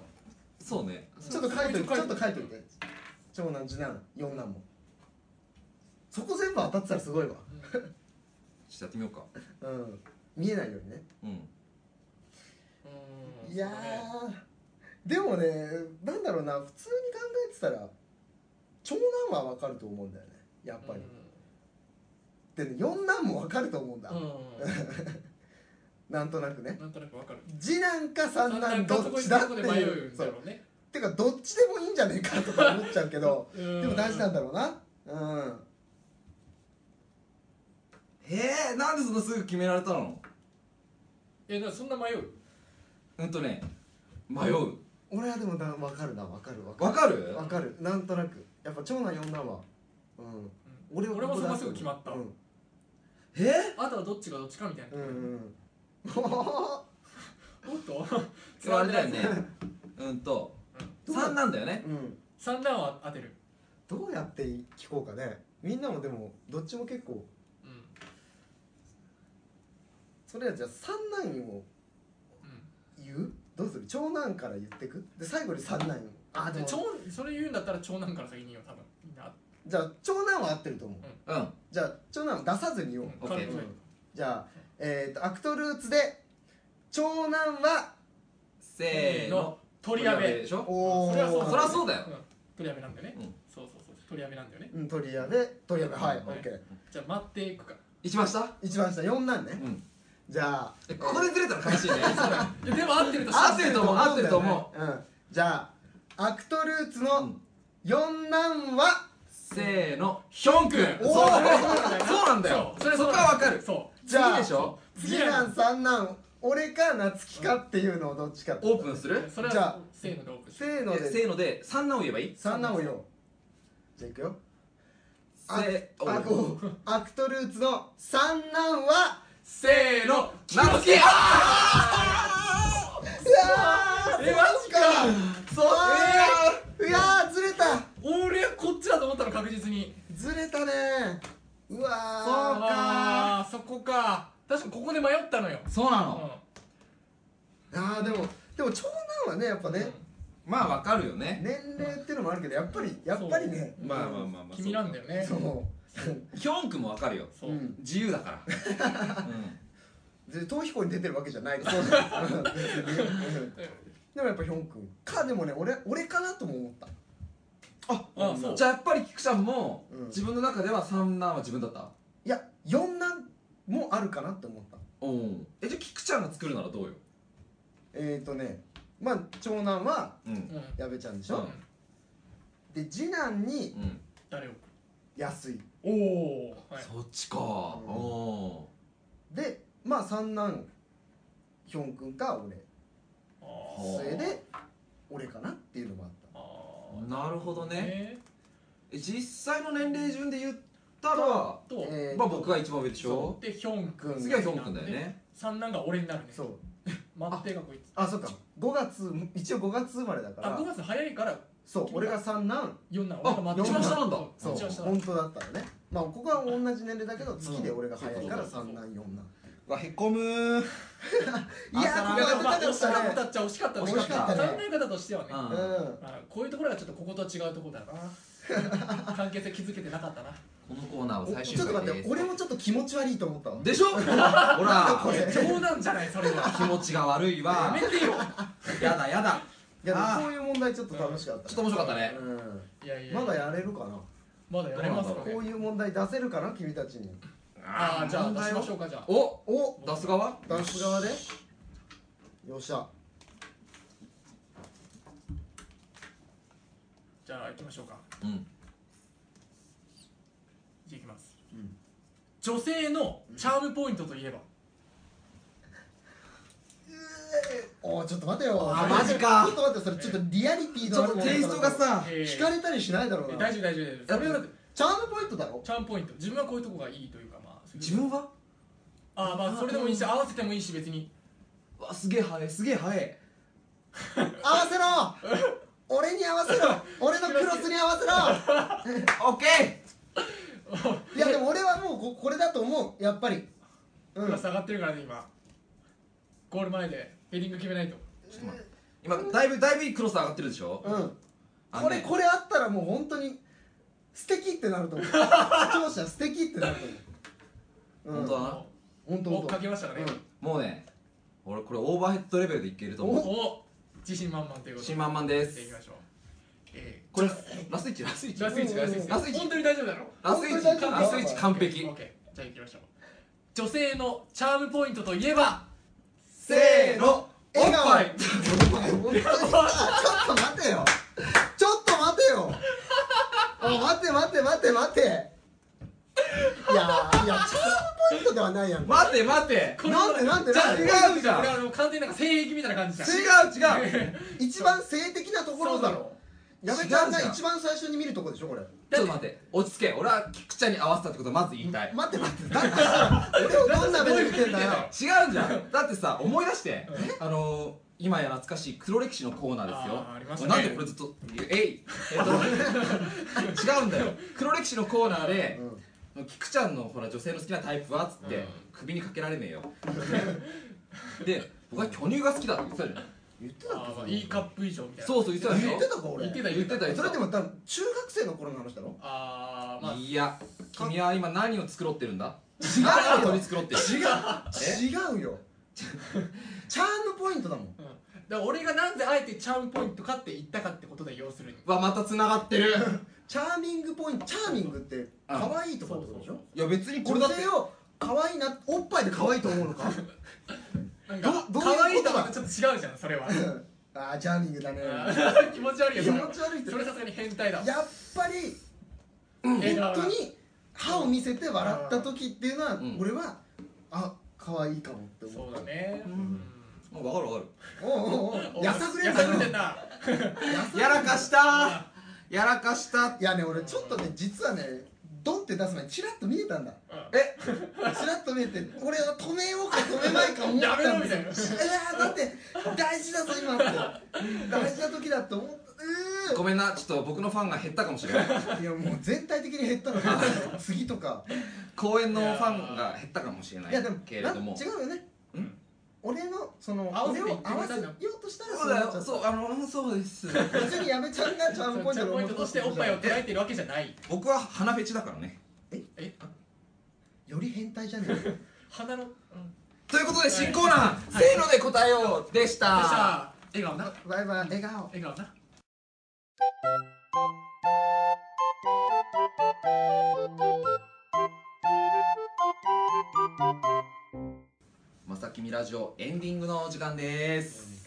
[SPEAKER 1] そうね
[SPEAKER 2] ちょっと書いといてちょっと書いとい
[SPEAKER 3] て
[SPEAKER 2] て長男次男四男もそこ全部当たってたらすごいわ
[SPEAKER 1] ちょっとやってみようか
[SPEAKER 2] うん見えないようにね
[SPEAKER 1] うん
[SPEAKER 3] うん
[SPEAKER 2] いやーでもねなんだろうな普通に考えてたら長男は分かると思うんだよねやっぱり、でね四男も分かると思うんだ、
[SPEAKER 3] うんう
[SPEAKER 2] なんとなくね
[SPEAKER 3] んなんとなくわかる
[SPEAKER 2] 次男か 三男どっちだって
[SPEAKER 3] どこで迷
[SPEAKER 2] いう
[SPEAKER 3] うん
[SPEAKER 2] そ
[SPEAKER 3] だ
[SPEAKER 2] う
[SPEAKER 3] ろうね
[SPEAKER 2] てかどっちでもいいんじゃねえかとか思っちゃうけど
[SPEAKER 3] で
[SPEAKER 2] でも大事なんだろうなうん
[SPEAKER 1] へえなんでそんなすぐ決められたの
[SPEAKER 3] えだからそんな迷う
[SPEAKER 1] うんとね迷う
[SPEAKER 2] 俺はでもな分かるな分かる分か
[SPEAKER 1] わかる
[SPEAKER 2] る分かるなんとなくやっぱ長男四男はうん俺は
[SPEAKER 3] 俺も
[SPEAKER 2] ここ
[SPEAKER 3] そん
[SPEAKER 2] だ
[SPEAKER 3] なすぐ決まった
[SPEAKER 2] うん
[SPEAKER 1] え
[SPEAKER 3] あとはどっちがどっちかみたいな
[SPEAKER 2] うんうんうん
[SPEAKER 3] おっと
[SPEAKER 1] それあれだよねうんと
[SPEAKER 2] うん
[SPEAKER 1] 三なんだよね
[SPEAKER 2] うん
[SPEAKER 3] 三段は当てる
[SPEAKER 2] どうやって聞こうかねみんなもでもどっちも結構
[SPEAKER 3] うん
[SPEAKER 2] それはじゃあ三男を
[SPEAKER 3] うん
[SPEAKER 2] 言うどうする長男から言ってくで最後に三男を
[SPEAKER 3] あ
[SPEAKER 2] で
[SPEAKER 3] じゃ
[SPEAKER 2] も
[SPEAKER 3] あ長それ言うんだったら長男から先に言おう多分みんな
[SPEAKER 2] じゃあ長男は合ってると思う
[SPEAKER 1] うん
[SPEAKER 2] じゃあ長男は出さずに言おう、
[SPEAKER 1] オッケー
[SPEAKER 3] うん
[SPEAKER 2] じゃあえっ、とアクトルーツで長男は
[SPEAKER 1] せーの
[SPEAKER 3] 取りや
[SPEAKER 1] 鳥矢部
[SPEAKER 3] め
[SPEAKER 1] でしょ
[SPEAKER 2] おお
[SPEAKER 3] それはそう
[SPEAKER 1] そりゃそうだよ
[SPEAKER 3] うん取りやめなんだよね
[SPEAKER 1] うん
[SPEAKER 3] そうそうそう取りやめなんだよね
[SPEAKER 2] うん取りやめ取りやめはい、
[SPEAKER 3] は
[SPEAKER 2] オ
[SPEAKER 3] い
[SPEAKER 2] ッケー
[SPEAKER 3] じゃあ待っていくか
[SPEAKER 1] 一番下
[SPEAKER 2] 一番下四男ね、
[SPEAKER 1] うん
[SPEAKER 2] じゃあ
[SPEAKER 1] えここでずれたら悲 しいね
[SPEAKER 3] いやでも合ってると
[SPEAKER 1] 合ってると思う
[SPEAKER 2] 合
[SPEAKER 1] 合
[SPEAKER 2] っ
[SPEAKER 1] ってて
[SPEAKER 2] る
[SPEAKER 1] る
[SPEAKER 2] と
[SPEAKER 1] と
[SPEAKER 2] 思
[SPEAKER 1] 思
[SPEAKER 2] う、うん、じゃあアクトルーツ
[SPEAKER 1] う
[SPEAKER 2] の
[SPEAKER 1] ん
[SPEAKER 2] 四男は、
[SPEAKER 1] せーのヒョン君
[SPEAKER 2] おー
[SPEAKER 1] そう
[SPEAKER 3] それはそうだよ
[SPEAKER 1] そうなんだよ
[SPEAKER 3] そうそれ
[SPEAKER 1] そこはわかる
[SPEAKER 3] そう
[SPEAKER 2] じゃあ
[SPEAKER 1] 次でしょ
[SPEAKER 2] 次男三男俺か夏希かっていうのをどっちか
[SPEAKER 1] オープンする
[SPEAKER 3] それは
[SPEAKER 2] じゃあ
[SPEAKER 3] せーのでオープンし
[SPEAKER 2] せーの
[SPEAKER 1] えせ
[SPEAKER 2] で
[SPEAKER 1] ーので三男を言えばいい
[SPEAKER 2] 三男を言おうじゃあいくよ
[SPEAKER 1] せ
[SPEAKER 2] あ
[SPEAKER 1] お
[SPEAKER 2] あこうアクトルーツの三男は
[SPEAKER 3] せーの
[SPEAKER 1] 夏希
[SPEAKER 2] うわー
[SPEAKER 3] えマジ
[SPEAKER 2] か
[SPEAKER 1] そう
[SPEAKER 2] うわーずれた
[SPEAKER 3] 俺はこっちだと思ったの確実に
[SPEAKER 2] ずれたね
[SPEAKER 1] そう
[SPEAKER 2] うわー
[SPEAKER 1] か
[SPEAKER 3] あーそこか確かにここで迷ったのよ
[SPEAKER 1] そうな
[SPEAKER 3] うん
[SPEAKER 1] の
[SPEAKER 2] あーでもでも長男はねやっぱね
[SPEAKER 1] まあわかるよね
[SPEAKER 2] 年齢っていうのもあるけどやっぱりやっぱりね
[SPEAKER 1] まあまあまあまあ
[SPEAKER 3] 君なんだ
[SPEAKER 1] よ
[SPEAKER 3] よね
[SPEAKER 2] そう
[SPEAKER 1] ヒョン君もわかるよ
[SPEAKER 3] そう
[SPEAKER 2] うん
[SPEAKER 1] 自由だ から、うん
[SPEAKER 2] で逃避行に出てるわけじゃないそうじゃん別にうん でもやっぱヒョン君かでもね俺俺かなとも思った
[SPEAKER 1] あ
[SPEAKER 3] あそう
[SPEAKER 1] じゃあやっぱり菊ちゃんも、
[SPEAKER 2] うん
[SPEAKER 1] 自分の中では三男は自分だった
[SPEAKER 2] いや四男もあるかなって思った
[SPEAKER 1] うんえじゃあ菊ちゃんが作るならどうよ
[SPEAKER 2] えっ、ー、とねまあ長男は
[SPEAKER 1] うん
[SPEAKER 3] うん
[SPEAKER 2] 矢部ちゃんでしょ、
[SPEAKER 1] うん
[SPEAKER 2] で次男に
[SPEAKER 1] うん
[SPEAKER 3] 誰を
[SPEAKER 2] 安い
[SPEAKER 3] おおーはい
[SPEAKER 1] そっちか、
[SPEAKER 2] ん
[SPEAKER 1] お
[SPEAKER 2] でまあ三男ヒョン君か俺
[SPEAKER 3] あ
[SPEAKER 1] ほう
[SPEAKER 3] ー
[SPEAKER 2] それで俺かなっていうのもあっ
[SPEAKER 3] あー
[SPEAKER 1] なるほどね
[SPEAKER 3] ね
[SPEAKER 1] ーえ実際の年齢順で言ったら、
[SPEAKER 2] た、
[SPEAKER 3] と
[SPEAKER 2] えー
[SPEAKER 1] まあ僕が一番上でしょ
[SPEAKER 3] でヒョン君
[SPEAKER 2] そう
[SPEAKER 1] 次はヒョン君だよね
[SPEAKER 3] 三男が俺になるね
[SPEAKER 2] そう
[SPEAKER 3] 待ってがこいつ
[SPEAKER 2] あそうか5月一応5月生まれだか
[SPEAKER 3] あ
[SPEAKER 2] ら
[SPEAKER 3] 5月早いから
[SPEAKER 2] そう俺が三男
[SPEAKER 3] 四男
[SPEAKER 1] あ
[SPEAKER 3] 俺が待って
[SPEAKER 2] 四男
[SPEAKER 1] 下なんだ
[SPEAKER 2] そ
[SPEAKER 3] 一番
[SPEAKER 2] う
[SPEAKER 3] 下な
[SPEAKER 2] 本
[SPEAKER 3] んだ
[SPEAKER 2] 当だったらねまあここは同じ年齢だけど月で俺が早いから
[SPEAKER 1] うん
[SPEAKER 2] 三男四男
[SPEAKER 1] うわへこむー
[SPEAKER 2] いやー
[SPEAKER 1] あ
[SPEAKER 2] ここ当てたかっ
[SPEAKER 3] 惜したかっ
[SPEAKER 2] ね
[SPEAKER 3] たっちゃ惜しかった
[SPEAKER 1] 惜しかった
[SPEAKER 2] ね
[SPEAKER 3] 考え方としてはね、
[SPEAKER 1] うん
[SPEAKER 2] うん
[SPEAKER 3] まあ、こういうところがちょっとこことは違うところだ な
[SPEAKER 2] あ
[SPEAKER 3] 関係性気づけてなかったな
[SPEAKER 1] このコーナーは最終
[SPEAKER 2] ちょっと
[SPEAKER 1] 回
[SPEAKER 2] 待
[SPEAKER 1] で
[SPEAKER 2] って
[SPEAKER 1] す
[SPEAKER 2] 俺もちょっと気持ち悪いと思ったわ
[SPEAKER 1] で しょほら
[SPEAKER 2] これ
[SPEAKER 3] 冗談じゃないそれは
[SPEAKER 1] 気持ちが悪い
[SPEAKER 3] や
[SPEAKER 1] わ
[SPEAKER 3] めてよ
[SPEAKER 1] やだやだ
[SPEAKER 2] いやでも
[SPEAKER 1] あー
[SPEAKER 2] こういう問題ちょっと楽しかった
[SPEAKER 1] ちょっと面白かったね
[SPEAKER 2] うん
[SPEAKER 3] いやいや
[SPEAKER 2] まだやれるかな
[SPEAKER 3] まだやれますか
[SPEAKER 1] ど
[SPEAKER 2] こういう問題出せるかな君たちに
[SPEAKER 3] ああじゃあ
[SPEAKER 1] 問
[SPEAKER 3] 出
[SPEAKER 1] 題
[SPEAKER 3] し
[SPEAKER 1] を
[SPEAKER 3] ましょうかじゃあ
[SPEAKER 1] お
[SPEAKER 2] お
[SPEAKER 1] 出す側
[SPEAKER 2] ダンス側でよっしゃ
[SPEAKER 3] じゃあ行きましょうか
[SPEAKER 1] うん
[SPEAKER 3] じゃあ行きます、
[SPEAKER 2] うん
[SPEAKER 3] 女性のチャームポイントといえば、
[SPEAKER 2] おーちょっと待てよ
[SPEAKER 1] あマジか
[SPEAKER 2] ちょっと待ってそれちょっとリアリティ
[SPEAKER 1] ち
[SPEAKER 2] の
[SPEAKER 1] ょ
[SPEAKER 2] あ
[SPEAKER 1] っ
[SPEAKER 2] る
[SPEAKER 1] と
[SPEAKER 2] もの
[SPEAKER 1] テイストがさ
[SPEAKER 3] えー
[SPEAKER 2] 引かれたりしないだろ
[SPEAKER 3] え
[SPEAKER 2] うな
[SPEAKER 3] 大
[SPEAKER 2] チ
[SPEAKER 3] 丈夫大丈夫大丈夫それはだって
[SPEAKER 2] ャームポイントだろ
[SPEAKER 3] チャームポイント自分はこういうとこがいいというかまあそういう
[SPEAKER 1] 自分は
[SPEAKER 3] ああまあそれでもいいし合わせてもいいし別に
[SPEAKER 1] うわすげえ早いすげえ早い
[SPEAKER 2] 合わせろ俺に合わせろ俺のクロスに合わせろ
[SPEAKER 1] オッケー
[SPEAKER 2] いやでも俺はもうここれだと思うやっぱりうん
[SPEAKER 3] 今下がってるからね今ゴール前でヘディング決めないと
[SPEAKER 1] ちょっと待って今だいぶだいぶいいクロス上がってるでしょ
[SPEAKER 2] うん
[SPEAKER 1] あ
[SPEAKER 2] こ
[SPEAKER 1] の
[SPEAKER 2] れ
[SPEAKER 1] ね
[SPEAKER 2] これあったらもう本当に素敵ってなると思う視聴者素敵ってなると思う、う
[SPEAKER 1] 本
[SPEAKER 2] ん、
[SPEAKER 1] 当だな
[SPEAKER 2] 本当
[SPEAKER 3] 追っ
[SPEAKER 2] 本
[SPEAKER 3] かけましたからね、
[SPEAKER 1] もうね俺これオーバーヘッドレベルでいけると
[SPEAKER 3] お
[SPEAKER 1] 思う
[SPEAKER 3] 自信満々ということ
[SPEAKER 1] 新満々で
[SPEAKER 3] やっていき
[SPEAKER 1] す
[SPEAKER 3] ましょうえー
[SPEAKER 1] これラスイッチラスイッチ
[SPEAKER 3] ラスイッチラスイッチ
[SPEAKER 1] ラスイッチ
[SPEAKER 3] 本当に大丈夫だろ
[SPEAKER 1] ラスイッチ
[SPEAKER 2] 本当に大丈夫
[SPEAKER 1] ラスイッチ完璧
[SPEAKER 3] オッケーじゃあ行きましょう女性のチャームポイントといえば
[SPEAKER 1] せーのおっ
[SPEAKER 2] 笑顔
[SPEAKER 1] ぱい
[SPEAKER 2] 当にあちょっと待てよちょっと待てよあ待て待て待て待ていやいやチャームポイントではないやん
[SPEAKER 1] 待て待て
[SPEAKER 3] これ
[SPEAKER 2] なんでなんで
[SPEAKER 1] じゃ
[SPEAKER 2] な
[SPEAKER 1] あ
[SPEAKER 2] んで
[SPEAKER 1] 違うじ
[SPEAKER 3] こ
[SPEAKER 1] ゃ
[SPEAKER 3] れ
[SPEAKER 1] ん
[SPEAKER 3] あの完全になんか性癖みたいな感じじゃん
[SPEAKER 1] 違う違う
[SPEAKER 2] 一番性的なところだろやめちゃんが
[SPEAKER 1] 違うじゃん
[SPEAKER 2] 一番最初に見るとこでしょこれ
[SPEAKER 1] ちょっと待って落ち着け俺は菊ちゃんに合わせたってことはまず言いたい違
[SPEAKER 2] 待って待ってだったら俺をどんな目で見てんだよ
[SPEAKER 1] うんじゃんだってさ思い出してあのー今や懐かしい黒歴史のコーナーですよ
[SPEAKER 3] あーありましたね
[SPEAKER 1] なんでこれずっとえいえっと 違うんだよ黒歴史のコーナーで
[SPEAKER 2] うん
[SPEAKER 1] 菊ちゃんのほら女性の好きなタイプはっつって、
[SPEAKER 3] うん
[SPEAKER 1] 首にかけられねえよ で僕は巨乳が好きだって言ってたじゃん
[SPEAKER 2] 言ってたっ
[SPEAKER 3] あーまあ
[SPEAKER 2] け
[SPEAKER 3] いいカップ以上みたいな
[SPEAKER 1] そうそう言ってたでしょ
[SPEAKER 2] 言ってたか俺
[SPEAKER 3] 言ってた
[SPEAKER 1] 言ってた言って
[SPEAKER 2] そ
[SPEAKER 1] た
[SPEAKER 2] れでも多分中学生の頃の話だろ
[SPEAKER 3] ああまあ
[SPEAKER 1] いや君は今何を繕ってるんだ
[SPEAKER 2] 違
[SPEAKER 1] 何を
[SPEAKER 2] う
[SPEAKER 1] 取
[SPEAKER 2] よ
[SPEAKER 1] り繕ってる
[SPEAKER 2] 違うよチャームポイントだもん
[SPEAKER 3] うんだから俺がなんであえてチャームポイントかって言ったかってことで要するに
[SPEAKER 1] わまた繋がってる
[SPEAKER 2] チャーミングポイントチャーミングって可愛いとかってことでしょ
[SPEAKER 1] いや別にこれだ
[SPEAKER 2] 女
[SPEAKER 1] って
[SPEAKER 2] 性を可愛いなおっぱいで可愛いと思うの か
[SPEAKER 3] なんか
[SPEAKER 2] どどういうことだ
[SPEAKER 3] 可愛いとはまたちょっと違うじゃんそれは
[SPEAKER 2] あーチャーミングだね
[SPEAKER 3] うん気持ち悪いよ
[SPEAKER 2] 気
[SPEAKER 3] それ
[SPEAKER 2] 持
[SPEAKER 3] は
[SPEAKER 2] ち悪いって
[SPEAKER 3] それさすがに変態だわ
[SPEAKER 2] やっぱり
[SPEAKER 3] 本
[SPEAKER 2] 本当に歯を見せて笑った時っていうのは
[SPEAKER 1] うん
[SPEAKER 2] 俺はあ可愛いかもって思
[SPEAKER 3] そううだね
[SPEAKER 1] うん
[SPEAKER 3] うん
[SPEAKER 1] あわかるわか
[SPEAKER 2] おうおうおうやさぐれ
[SPEAKER 3] や
[SPEAKER 2] ん
[SPEAKER 3] さ
[SPEAKER 2] だ
[SPEAKER 3] ぐ
[SPEAKER 2] よ
[SPEAKER 3] れてんな
[SPEAKER 1] るやらかしたやらかした
[SPEAKER 2] いやね俺ちょっとね実はねドンって出す前にチラッと見えたんだ
[SPEAKER 1] え
[SPEAKER 2] チラッと見えて俺は止めようか止めまいか思ったんですよ
[SPEAKER 3] やめろみたいな
[SPEAKER 2] やだって大事だぞ今って大事な時だと思ったう
[SPEAKER 1] ごめんなちょっと僕のファンが減ったかもしれない
[SPEAKER 2] ーいやもう全体的に減ったの次とか
[SPEAKER 1] 公演のファンが減ったかもしれない
[SPEAKER 2] いやでも
[SPEAKER 1] けれど
[SPEAKER 2] な
[SPEAKER 1] も
[SPEAKER 2] 違うよね
[SPEAKER 1] うん
[SPEAKER 2] 俺のその
[SPEAKER 3] 合わせ
[SPEAKER 2] 俺
[SPEAKER 3] て言
[SPEAKER 2] を
[SPEAKER 3] って
[SPEAKER 2] 合
[SPEAKER 3] く
[SPEAKER 2] わ
[SPEAKER 3] れ
[SPEAKER 2] せ
[SPEAKER 3] たんだ
[SPEAKER 2] ようとしたら
[SPEAKER 1] そう
[SPEAKER 2] な
[SPEAKER 1] だ
[SPEAKER 2] っちゃ
[SPEAKER 1] よそうあのうんそうです
[SPEAKER 2] 別に矢部ちゃんがチャームポイン
[SPEAKER 3] チャ
[SPEAKER 2] トで
[SPEAKER 3] ームポ
[SPEAKER 2] 思
[SPEAKER 3] イン
[SPEAKER 2] っ
[SPEAKER 3] ト
[SPEAKER 2] た
[SPEAKER 3] としておっぱいを捉えてるわけじゃない
[SPEAKER 1] 僕は鼻フェチだからね
[SPEAKER 2] より変態じゃねえか
[SPEAKER 3] 鼻のうんで
[SPEAKER 1] ということで新コーナー、せーので答えようでした
[SPEAKER 3] さ笑顔な
[SPEAKER 2] バイバイ笑顔
[SPEAKER 3] 笑顔な
[SPEAKER 1] まさきみラジオエンディングのお時間です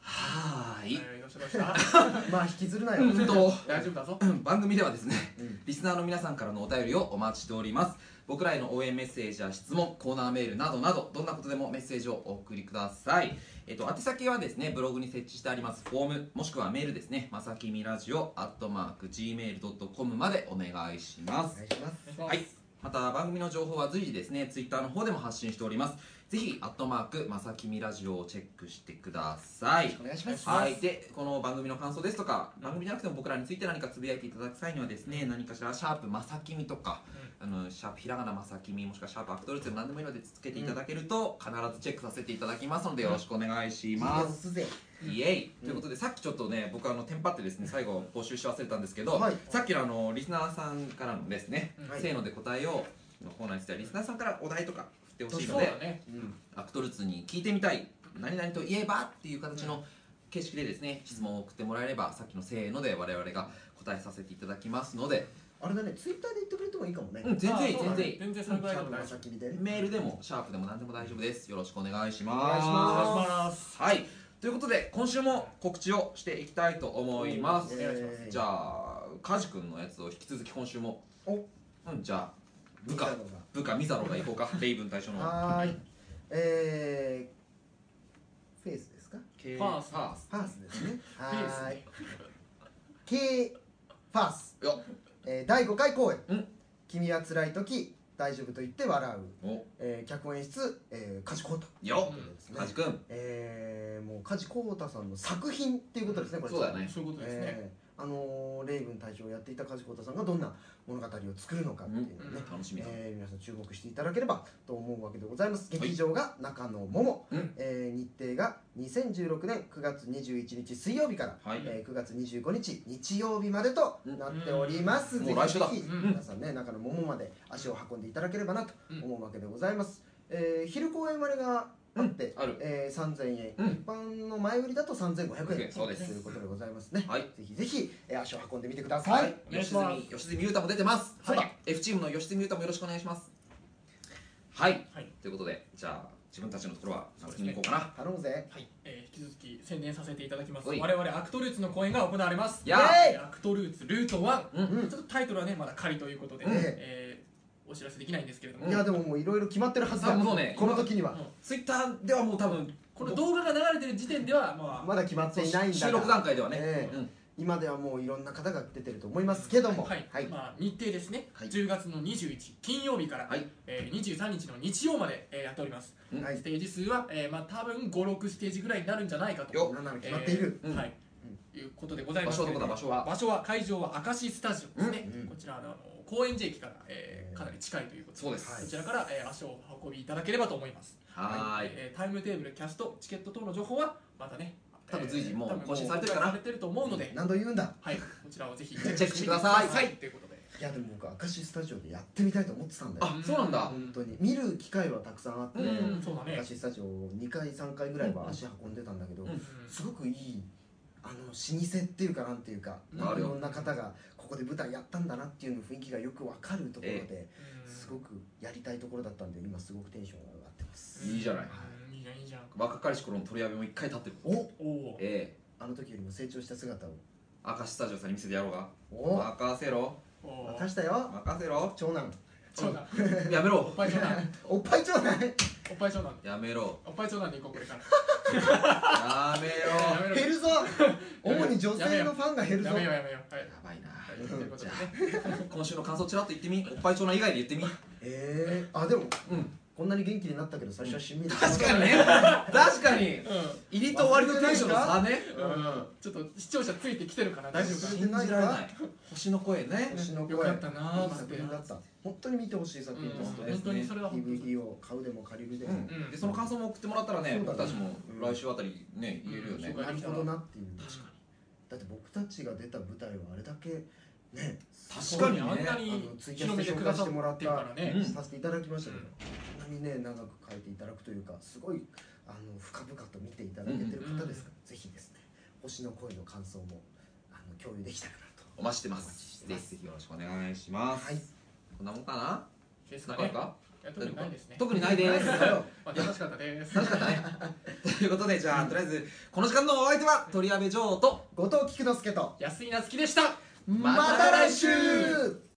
[SPEAKER 1] はーい
[SPEAKER 3] はいどうしたどうした
[SPEAKER 2] まあ引きずるなよ
[SPEAKER 1] うんと
[SPEAKER 3] 大丈夫だぞ
[SPEAKER 1] うん番組ではですね、
[SPEAKER 2] うん
[SPEAKER 1] リスナーの皆さんからのお便りをお待ちしております僕らへの応援メッセージや質問コーナーメールなどなどどんなことでもメッセージをお送りくださいえっと宛先はですねブログに設置してありますフォームもしくはメールですねまさきみラジオアットマーク Gmail.com までお願いします
[SPEAKER 2] お願いします
[SPEAKER 1] はいまた番組の情報は随時ですねツイッターの方でも発信しておりますぜひ「アットマークまさきみラジオ」をチェックしてください
[SPEAKER 2] お願いします
[SPEAKER 1] はい、でこの番組の感想ですとか、番組じゃなくても僕らについて何かつぶやいていただく際にはですね、何かしら「シャープまさきみ」とか、あのシャープひらがなまさきみもしくはシャープアクトルツでも何でもいいのでつけていただけると、必ずチェックさせていただきますのでよろしくお願いします、
[SPEAKER 2] すぜ
[SPEAKER 3] うん
[SPEAKER 1] イエイ、ということでさっきちょっとね僕あのテンパってですね最後募集し忘れたんですけど、
[SPEAKER 2] はい
[SPEAKER 1] さっきのあのリスナーさんからのですね、
[SPEAKER 3] うん
[SPEAKER 2] はい
[SPEAKER 1] せーので答えをのコーナーにしてはリスナーさんからお題とか振ってほしい
[SPEAKER 3] そ
[SPEAKER 1] の
[SPEAKER 3] う
[SPEAKER 1] で
[SPEAKER 3] だね
[SPEAKER 2] うん
[SPEAKER 1] アクトルツに聞いてみたい何々といえばっていう形の形式でですね質問を送ってもらえればさっきのせーので我々が答えさせていただきますので、
[SPEAKER 2] あれだねツイッターで言ってくれてもいいかもね
[SPEAKER 1] うん、全然いい
[SPEAKER 3] あそうだ
[SPEAKER 1] 全
[SPEAKER 3] ね
[SPEAKER 1] 然いい
[SPEAKER 3] 全然それぐらいでも大
[SPEAKER 2] ま
[SPEAKER 3] 丈
[SPEAKER 2] さ
[SPEAKER 3] 夫
[SPEAKER 2] きみでね
[SPEAKER 1] メールでもシャープでも何でも大丈夫ですよろしくお願いします
[SPEAKER 2] お願いします
[SPEAKER 3] お願いします
[SPEAKER 1] はいということで今週も告知をしていきたいと思います
[SPEAKER 3] お願いします
[SPEAKER 2] えー
[SPEAKER 1] じゃあカジ君のやつを引き続き今週も
[SPEAKER 2] お
[SPEAKER 1] うんじゃあ部
[SPEAKER 2] 見
[SPEAKER 1] 下
[SPEAKER 2] たのが
[SPEAKER 1] 部下ミザロが行こうかレイブン対象の
[SPEAKER 2] はーい。えー、フェイスですか
[SPEAKER 1] 経営
[SPEAKER 3] ファース
[SPEAKER 1] ァース
[SPEAKER 2] ファースですね。は
[SPEAKER 3] フェイス
[SPEAKER 2] ーい
[SPEAKER 3] ね。
[SPEAKER 2] K ファース。
[SPEAKER 1] よ
[SPEAKER 2] えー、第5回公演
[SPEAKER 1] うん。
[SPEAKER 2] 君は辛い時大丈夫と言って笑う。
[SPEAKER 1] お
[SPEAKER 2] えー、脚本演出、えー、梶浩太。
[SPEAKER 1] よ
[SPEAKER 3] うん
[SPEAKER 2] ですね
[SPEAKER 1] カジ君
[SPEAKER 2] えー、もう梶浩太さんの作品っていうことですね、これ。
[SPEAKER 1] そうだね
[SPEAKER 3] そういうことですね
[SPEAKER 2] えーあのー、レイブン大将をやっていた梶浩太さんがどんな物語を作るのかっていうのをね、
[SPEAKER 3] うんうん
[SPEAKER 1] 楽しみだ
[SPEAKER 2] えー皆さん注目していただければと思うわけでございます劇場が中野桃、
[SPEAKER 1] うん
[SPEAKER 2] えー日程が2016年9月21日水曜日から、
[SPEAKER 1] はい
[SPEAKER 2] えー9月25日日曜日までとなっております、
[SPEAKER 1] うん
[SPEAKER 2] ぜひ
[SPEAKER 1] もう来週だ
[SPEAKER 2] ぜひ
[SPEAKER 3] うん
[SPEAKER 2] 皆さんね中野桃まで足を運んでいただければなと思うわけでございます、えー昼公演割があって、
[SPEAKER 1] うんある
[SPEAKER 2] えー3000円、
[SPEAKER 1] うん
[SPEAKER 2] 一般の前売りだと3500円
[SPEAKER 1] そうです
[SPEAKER 2] ということでございますね、
[SPEAKER 1] はい
[SPEAKER 2] ぜひぜひ、えー足を運んでみてください、
[SPEAKER 3] お願い
[SPEAKER 1] 吉
[SPEAKER 3] しま
[SPEAKER 1] 住吉住優太も出てます、
[SPEAKER 3] はい
[SPEAKER 1] そうだ F チームの吉住優太もよろしくお願いしますはい
[SPEAKER 3] はい
[SPEAKER 1] ということでじゃあ自分たちのところは
[SPEAKER 3] そうで
[SPEAKER 1] 次
[SPEAKER 3] す
[SPEAKER 1] に
[SPEAKER 3] ね
[SPEAKER 1] 行こうかな
[SPEAKER 2] 頼むぜ
[SPEAKER 3] はい、えー、引き続き宣伝させていただきます
[SPEAKER 1] おい
[SPEAKER 3] 我々アクトルーツの公演が行われます
[SPEAKER 1] やあ
[SPEAKER 2] イエ
[SPEAKER 3] えーアクトルーツルート1、
[SPEAKER 1] うん
[SPEAKER 2] うん
[SPEAKER 3] ちょっとタイトルはねまだ仮ということで、
[SPEAKER 2] うん
[SPEAKER 3] えーお知らせできないんですけれども、
[SPEAKER 2] いやでももういろいろ決まってるはずだ
[SPEAKER 1] あもうね
[SPEAKER 2] この時には
[SPEAKER 3] もう
[SPEAKER 1] ツイッターではもう多分
[SPEAKER 3] この動画が流れてる時点ではまあ
[SPEAKER 2] まだ決まっていないんだか
[SPEAKER 1] 収
[SPEAKER 2] ら
[SPEAKER 1] 録段階ではね、
[SPEAKER 2] ええ
[SPEAKER 1] うん
[SPEAKER 2] 今ではもういろんな方が出てると思いますけども
[SPEAKER 3] はい、
[SPEAKER 2] はい
[SPEAKER 3] まあ、日程ですね、
[SPEAKER 2] はい
[SPEAKER 3] 10月の21金曜日から、
[SPEAKER 1] はい
[SPEAKER 3] えー、23日の日曜まで、えーやっております、
[SPEAKER 1] うん
[SPEAKER 2] はい
[SPEAKER 3] ステージ数は、えーまあ、多分56ステージぐらいになるんじゃないかと
[SPEAKER 1] よ
[SPEAKER 2] なんなら決まっている、
[SPEAKER 3] えー
[SPEAKER 1] うん
[SPEAKER 3] はい、いうことでございま
[SPEAKER 1] 場
[SPEAKER 3] す
[SPEAKER 1] 所は
[SPEAKER 3] け
[SPEAKER 1] ど
[SPEAKER 3] れ
[SPEAKER 1] こ
[SPEAKER 3] ど
[SPEAKER 1] だ
[SPEAKER 3] も
[SPEAKER 1] 場所は
[SPEAKER 3] 場所は会場は明石スタジオですね、
[SPEAKER 2] うん
[SPEAKER 3] こちらあの高円寺駅から、えーかなり近いということで
[SPEAKER 1] そうです
[SPEAKER 2] はい
[SPEAKER 3] こちらから、えー足をお運びいただければと思います
[SPEAKER 1] はーい
[SPEAKER 3] えータイムテーブルキャストチケット等の情報はまたね
[SPEAKER 1] 多分随時もう
[SPEAKER 3] 多分
[SPEAKER 1] 更新されてるかな
[SPEAKER 3] 更新されてると思うので、
[SPEAKER 2] 何度言うんだ
[SPEAKER 3] はいこちらをぜひチ
[SPEAKER 1] ェックしてください
[SPEAKER 3] はいということで
[SPEAKER 2] いやでも僕明石スタジオでやってみたいと思ってたんだよ
[SPEAKER 1] あそうなんだ
[SPEAKER 2] 本当に見る機会はたくさんあって、
[SPEAKER 3] うんそうだね
[SPEAKER 2] 明石スタジオ2回3回ぐらいは足運んでたんだけど、
[SPEAKER 1] うん
[SPEAKER 2] すごくいいあの老舗っていうかなんていうかい
[SPEAKER 1] あるよ
[SPEAKER 2] ろんな方がここで舞台やったんだなっていうの雰囲気がよくわかるところで、すご
[SPEAKER 3] く
[SPEAKER 2] くやりたいところだったんで今すごくテンションが上がってます
[SPEAKER 1] いいじゃない
[SPEAKER 3] いいじゃんいいじゃん
[SPEAKER 1] 若かりし頃の取り上げも一回立ってる
[SPEAKER 2] お
[SPEAKER 3] おおー
[SPEAKER 1] ええ
[SPEAKER 2] あの時よりも成長した姿を
[SPEAKER 1] 明石スタジオさんに見せてやろうが
[SPEAKER 2] お
[SPEAKER 1] 任せろ
[SPEAKER 3] お
[SPEAKER 2] 沸
[SPEAKER 3] ー
[SPEAKER 2] かしたよ
[SPEAKER 1] 任せ ろ
[SPEAKER 2] 長男
[SPEAKER 3] 長男
[SPEAKER 1] やめ
[SPEAKER 3] お
[SPEAKER 1] ろ
[SPEAKER 3] っぱい長男
[SPEAKER 2] おっぱい長男
[SPEAKER 3] おっぱい長男
[SPEAKER 1] やめろ
[SPEAKER 3] おっぱい長男でいこうこれから
[SPEAKER 1] やめ
[SPEAKER 3] や
[SPEAKER 1] ろ
[SPEAKER 3] めろ
[SPEAKER 2] 減る ぞ主に女性のファンが減るぞ
[SPEAKER 3] やめようやめようはい
[SPEAKER 1] やばいな
[SPEAKER 3] はいということでね
[SPEAKER 1] 今週の感想ちらっと言ってみおっぱい長男以外で言ってみ
[SPEAKER 2] えー、あでも
[SPEAKER 1] うん
[SPEAKER 2] こんなに元気になったけど最初はしんみり
[SPEAKER 1] 確かにね確かに
[SPEAKER 3] う
[SPEAKER 1] 入りと終わりのテンションの差ね
[SPEAKER 2] うん、
[SPEAKER 3] んちょっと視聴者ついてきてるかな大丈夫か
[SPEAKER 2] 信
[SPEAKER 1] 信じられない星の声ね
[SPEAKER 2] 星の
[SPEAKER 3] よ
[SPEAKER 2] 声
[SPEAKER 3] かったなー
[SPEAKER 2] いい作品だった本当に見てほしい作品です、
[SPEAKER 1] うん
[SPEAKER 3] 本当にそれは本当に
[SPEAKER 2] DVD を買うでも借りるで
[SPEAKER 1] う
[SPEAKER 2] も、
[SPEAKER 1] んでその感想も送ってもらったらね
[SPEAKER 2] そうだ
[SPEAKER 1] 僕
[SPEAKER 2] ね
[SPEAKER 1] たちも来週あたりね言えるよ
[SPEAKER 3] う
[SPEAKER 1] ね
[SPEAKER 3] ん
[SPEAKER 2] なるほどなっていう
[SPEAKER 3] 確か
[SPEAKER 2] だって僕たちが出た舞台はあれだけね
[SPEAKER 1] 確かにね
[SPEAKER 3] あんな
[SPEAKER 2] あ
[SPEAKER 3] に
[SPEAKER 2] のツイキャ
[SPEAKER 3] 広
[SPEAKER 2] ス
[SPEAKER 3] め
[SPEAKER 2] で
[SPEAKER 3] てく
[SPEAKER 2] 紹介
[SPEAKER 3] だ
[SPEAKER 2] し
[SPEAKER 3] さってて
[SPEAKER 2] もらった、
[SPEAKER 3] からね
[SPEAKER 1] うん
[SPEAKER 2] させていただきましたけど、こんなにね長く書いていただくというかすごいあの深々と見ていただけてる方ですから、ぜひですね星の声の感想もあの共有できたらなと
[SPEAKER 1] お待ちしてま
[SPEAKER 2] お待ちし
[SPEAKER 1] す
[SPEAKER 2] て
[SPEAKER 1] ぜ
[SPEAKER 2] ま
[SPEAKER 1] ひ
[SPEAKER 2] す
[SPEAKER 1] ぜひよろしくお願いします
[SPEAKER 2] はい
[SPEAKER 1] こんなもんかな
[SPEAKER 3] ですか
[SPEAKER 1] 中
[SPEAKER 3] ね
[SPEAKER 1] 居か
[SPEAKER 3] いや特にないですね
[SPEAKER 1] 特にない です
[SPEAKER 3] まあ楽しかったです
[SPEAKER 1] 楽しかったねということでじゃあとりあえずこの時間のお相手は鳥矢部城と
[SPEAKER 2] 後藤菊之助と
[SPEAKER 3] 安井なつきでした
[SPEAKER 1] また来週